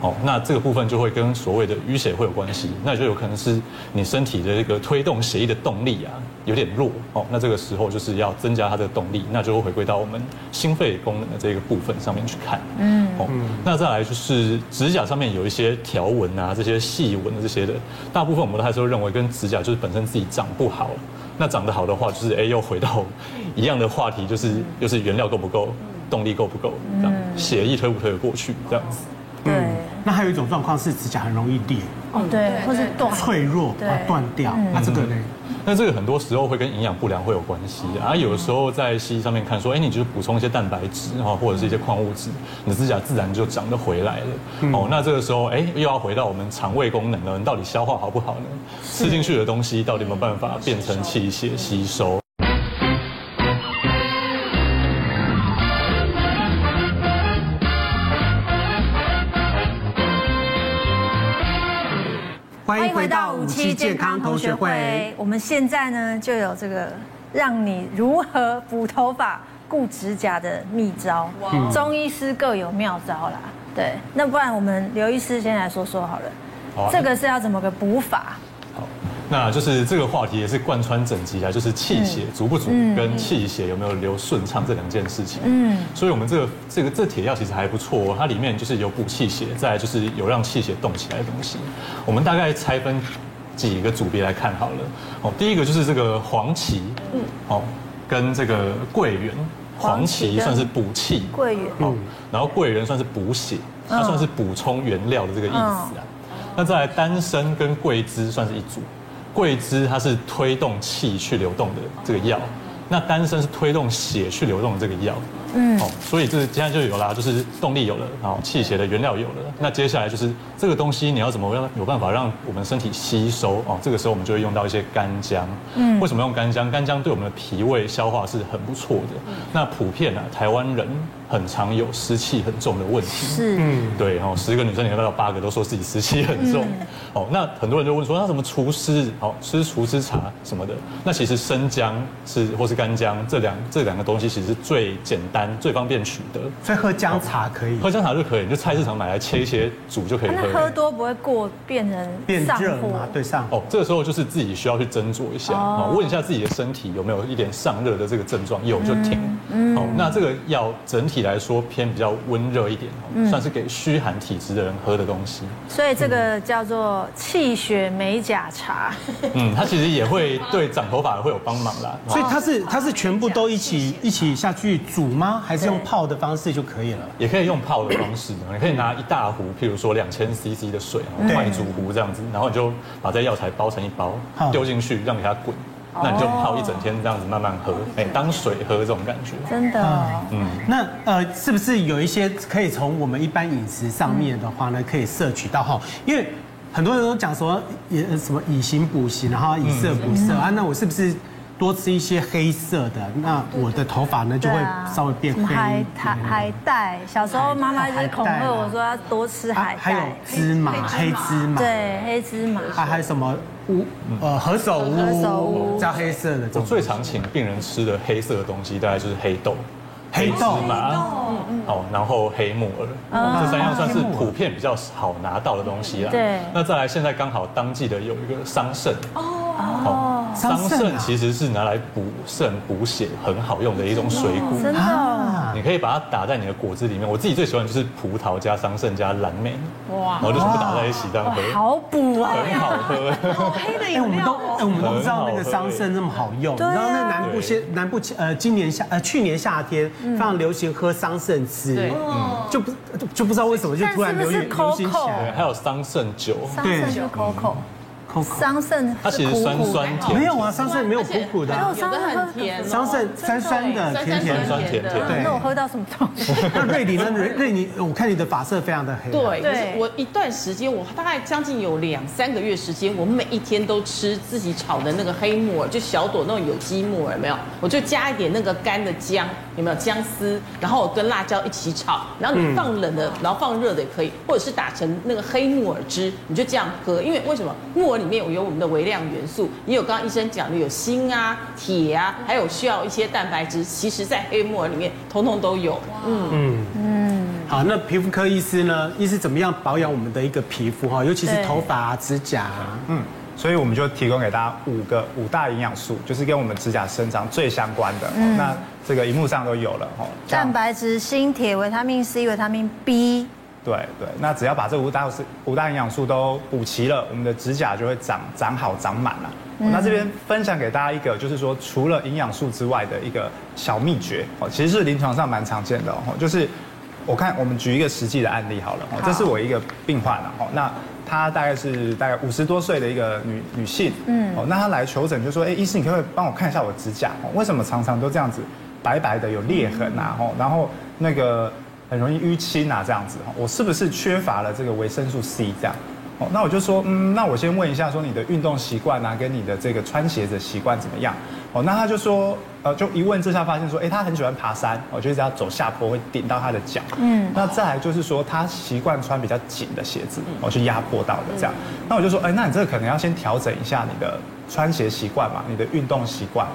Speaker 4: 哦，那这个部分就会跟所谓的淤血会有关系，那就有可能是你身体的这个推动血液的动力啊有点弱哦，那这个时候就是要增加它的动力，那就会回归到我们心肺功能的这个部分上面去看。嗯，哦，那再来就是指甲上面有一些条纹啊，这些细纹的这些的，大部分我们都还是会认为跟指甲就是本身自己长不好。那长得好的话，就是哎、又回到一样的话题，就是又是原料够不够，动力够不够，这样血液推不推得过去，这样子。
Speaker 2: 对，
Speaker 1: 那还有一种状况是指甲很容易裂、
Speaker 2: 哦对，或是断。
Speaker 1: 脆弱
Speaker 2: 对
Speaker 1: 啊断掉，那这个呢？
Speaker 4: 那这个很多时候会跟营养不良会有关系啊，有的时候在西医上面看说，哎，你就是补充一些蛋白质啊，或者是一些矿物质，你的指甲自然就长得回来了。哦，那这个时候，哎，又要回到我们肠胃功能了，你到底消化好不好呢？吃进去的东西到底有没有办法变成气血吸收？
Speaker 1: 欢迎回到五期健康同学会。。
Speaker 2: 我们现在呢就有这个让你如何补头发、固指甲的秘招，
Speaker 1: 嗯
Speaker 2: 中医师各有妙招啦。对，那不然我们刘医师先来说说好
Speaker 4: 好
Speaker 2: 了
Speaker 4: 啊，
Speaker 2: 这个是要怎么个补法？
Speaker 4: 好，那就是这个话题也是贯穿整集啊，就是气血足不足跟气血有没有流顺畅这两件事情。嗯，所以我们这个这个这铁药其实还不错、哦，它里面就是有补气血，再来就是有让气血动起来的东西。我们大概拆分几个组别来看好了。哦，第一个就是这个黄芪，嗯，哦，跟这个桂圆，
Speaker 2: 黄
Speaker 4: 黄
Speaker 2: 芪
Speaker 4: 芪
Speaker 2: 跟
Speaker 4: 算是补气，
Speaker 2: 桂圆
Speaker 4: 哦，然后桂圆算是补血，它算是补充原料的这个意思啊。那再来丹参跟桂枝算是一组，桂枝它是推动气去流动的这个药，那丹参是推动血去流动的这个药。嗯，哦，所以这现在就有啦，就是动力有了，然后气血的原料有了，那接下来就是这个东西你要怎么让有办法让我们身体吸收哦？这个时候我们就会用到一些干姜。嗯，为什么用干姜？干姜对我们的脾胃消化是很不错的。
Speaker 2: 嗯
Speaker 4: 那普遍啊，台湾人很常有湿气很重的问题。
Speaker 2: 是
Speaker 4: 对哦，十个女生里面有八个都说自己湿气很重。
Speaker 2: 嗯
Speaker 4: 哦，那很多人就问说，那什么除湿？哦，吃除湿茶什么的。那其实生姜是或是干姜这两这两个东西，其实是最简单、最方便取得。
Speaker 1: 所以喝姜茶可以
Speaker 4: 喝姜茶就可以，你就菜市场买来切一些煮就可以
Speaker 2: 啊
Speaker 4: 喝
Speaker 2: 那
Speaker 4: 了。
Speaker 2: 喝多不会过变
Speaker 1: 变
Speaker 2: 成上
Speaker 1: 热
Speaker 2: 火
Speaker 1: 嘛？？对上火。
Speaker 4: 哦，这个时候就是自己需要去斟酌一下，哦、问一下自己的身体有没有一点上热的这个症状，有就停。哦，那这个药整体来说偏比较温热一点，哦算是给虚寒体质的人喝的东西。
Speaker 2: 所以这
Speaker 1: 嗯
Speaker 2: 个叫做气血美甲 茶，
Speaker 4: 嗯，它其实也会对长头发会有帮忙啦。哦
Speaker 2: 哦
Speaker 1: 所以它是它是全部都一起一起下去煮吗？吗？还是用
Speaker 2: 对
Speaker 1: 泡的方式就可以了？
Speaker 4: 也可以用泡的方式，你可以拿一大壶，譬如说两千 CC 的水，然后换一组壶这样子，然后你就把这药材包成一包
Speaker 1: 好，
Speaker 4: 丢进去让给它滚，那你就泡一整天这样子慢慢喝，哎，当水喝这种感觉。
Speaker 2: 真的哦，
Speaker 1: 啊那呃，是不是有一些可以从我们一般饮食上面的话呢，可以摄取到哈？因为很多人都讲说以呃什么以形补形，然后以色补色
Speaker 2: 嗯
Speaker 1: 啊，那我是不是多吃一些黑色的？那我的头发呢就会
Speaker 2: 对啊
Speaker 1: 稍微变
Speaker 2: 什
Speaker 1: 黑
Speaker 2: 么
Speaker 1: 一点
Speaker 2: 海。苔海带，小时候妈妈就是恐吓我说要多吃
Speaker 1: 啊
Speaker 2: 海
Speaker 1: 还有
Speaker 2: 带，
Speaker 1: 芝麻，黑芝麻，，
Speaker 2: 对，黑芝麻，
Speaker 1: 啊，还有什么乌呃何首
Speaker 2: 何首乌
Speaker 1: 乌，叫黑色的这种。
Speaker 4: 我最常请病人吃的黑色的东西，大概就是黑豆、
Speaker 1: 黑豆
Speaker 4: 芝麻，哦，然后黑木耳，这三样算是普遍比较好拿到的东西啦。
Speaker 2: 对
Speaker 4: 那再来，现在刚好当季的有一个桑葚，哦，
Speaker 1: 桑
Speaker 4: 桑
Speaker 1: 葚啊
Speaker 4: 葚其实是拿来补肾补血很好用的一种水果。
Speaker 2: 真的哦。
Speaker 1: 啊
Speaker 4: 你可以把它打在你的果汁里面。我自己最喜欢就是葡萄加桑葚加蓝莓，然
Speaker 6: 哇
Speaker 4: 后就全部打在一起这样
Speaker 2: 哇
Speaker 4: 喝，，
Speaker 2: 好补啊！
Speaker 4: 很好喝。
Speaker 5: 好黑的
Speaker 1: 哎，我
Speaker 5: 饮
Speaker 1: 们
Speaker 5: 料
Speaker 1: 都
Speaker 5: 哦。
Speaker 1: 哎，我们都知道那个桑葚那么好用，你知
Speaker 2: 啊
Speaker 1: 道那南部些南部呃，今年夏呃去年夏天
Speaker 2: 嗯
Speaker 1: 非常流行喝桑葚汁嗯
Speaker 6: 对，
Speaker 1: 就不就就不知道为什么就突然
Speaker 2: 但
Speaker 1: 流
Speaker 2: 是不是
Speaker 1: 行流行起
Speaker 2: Coco？
Speaker 4: 对，
Speaker 1: 来。
Speaker 4: 还有桑葚酒，
Speaker 2: 桑
Speaker 1: 对
Speaker 2: 葚是口口，
Speaker 1: Coco
Speaker 2: 桑葚
Speaker 4: 它其
Speaker 2: 是
Speaker 4: 实
Speaker 2: 苦
Speaker 4: 酸
Speaker 2: 苦的。
Speaker 4: 酸甜，
Speaker 1: 没有啊，桑葚没有苦苦的
Speaker 2: 没有
Speaker 1: 啊，
Speaker 6: 有的很甜哦，
Speaker 1: 桑葚酸酸的，甜甜
Speaker 4: 酸
Speaker 1: 的。
Speaker 4: 酸甜甜
Speaker 1: 对
Speaker 2: 那我喝到什么东 西？
Speaker 1: 那瑞迪呢？瑞瑞你，我看你的发色非常的黑啊。
Speaker 6: 对，
Speaker 2: 对
Speaker 6: 可是我一段时间，我大概将近有两三个月时间，我每一天都吃自己炒的那个黑木耳，就小朵那种有机木耳，有没有？我就加一点那个干的姜，有没有姜丝？然后我跟辣椒一起炒，
Speaker 2: 嗯
Speaker 6: 然后你放冷的，然后放热的也可以，或者是打成那个黑木耳汁，你就这样喝。因为为什么木耳里面有有我们的微量元素，也有刚刚医生讲的有锌啊、铁啊，还有需要一些蛋白质，其实在黑木耳里面通通都有。嗯
Speaker 1: 好，那皮肤科医师呢？医师怎么样保养我们的一个皮肤哈？尤其是
Speaker 2: 对
Speaker 1: 头发啊、指甲啊。
Speaker 3: 嗯，所以我们就提供给大家五个五大营养素，就是跟我们指甲生长最相关的。哦那这个荧幕上都有了哦。像
Speaker 2: 蛋白质、锌、铁、维他命 C、维他命 B，
Speaker 3: 对对，那只要把这五大是五大营养素都补齐了，我们的指甲就会长长好长满了。那这边分享给大家一个，就是说除了营养素之外的一个小秘诀哦，其实是临床上蛮常见的哦，就是我看我们举一个实际的案例好了哦，这是我一个病患了哦，那她大概是大概五十多岁的一个女女性，嗯，哦，那她来求诊就说，哎，医生你可不可以帮我看一下我指甲？哦，为什么常常都这样子白白的有裂痕啊？哦，然后那个很容易淤青啊，这样子，我是不是缺乏了这个维生素 C 这样？哦，那我就说，嗯，那我先问一下，说你的运动习惯啊，跟你的这个穿鞋子习惯怎么样？哦，那他就说，呃，就一问之下发现说，哎、他很喜欢爬山，哦，就是要走下坡会顶到他的脚，嗯，那再来就是说他习惯穿比较紧的鞋子，哦，去压迫到的这样。那我就说，哎、那你这个可能要先调整一下你的穿鞋习惯嘛，你的运动习惯。哦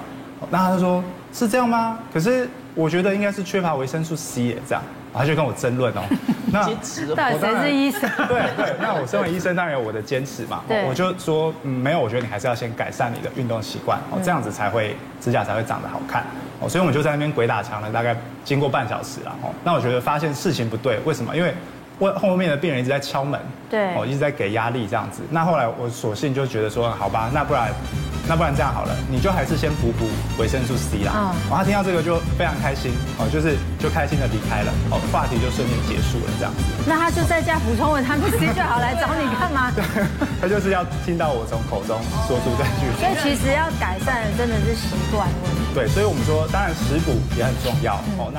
Speaker 3: 那他就说是这样吗？可是我觉得应该是缺乏维生素 C 耶，这样，他就跟我争论哦。 那
Speaker 6: 截止了
Speaker 2: 到底
Speaker 3: 我当
Speaker 2: 谁
Speaker 3: 然
Speaker 2: 是医生？
Speaker 3: 对对，那我身为医生，当然有我的坚持嘛。
Speaker 2: 对
Speaker 3: 我就说，嗯，没有，我觉得你还是要先改善你的运动习惯，哦，
Speaker 2: 嗯
Speaker 3: 这样子才会指甲才会长得好看。哦，所以我们就在那边鬼打墙了，大概经过半小时了。哦，那我觉得发现事情不对，为什么？因为我后面的病人一直在敲门，
Speaker 2: 对
Speaker 3: 哦，一直在给压力这样子。那后来我索性就觉得说，好吧，那不然。那不然这样好了，你就还是先补补维生素 C 啦。
Speaker 2: 嗯
Speaker 3: 哦他听到这个就非常开心，哦，就是就开心的离开了，哦，话题就瞬间结束了这样子。
Speaker 2: 那他就在家补充维他命 C 就好，来找你干嘛？
Speaker 3: 他就是要听到我从口中说出这句
Speaker 2: 所以
Speaker 3: 话。
Speaker 2: 其实要改善的真的是习惯问题。
Speaker 3: 对，所以我们说，当然食补也很重要哦。那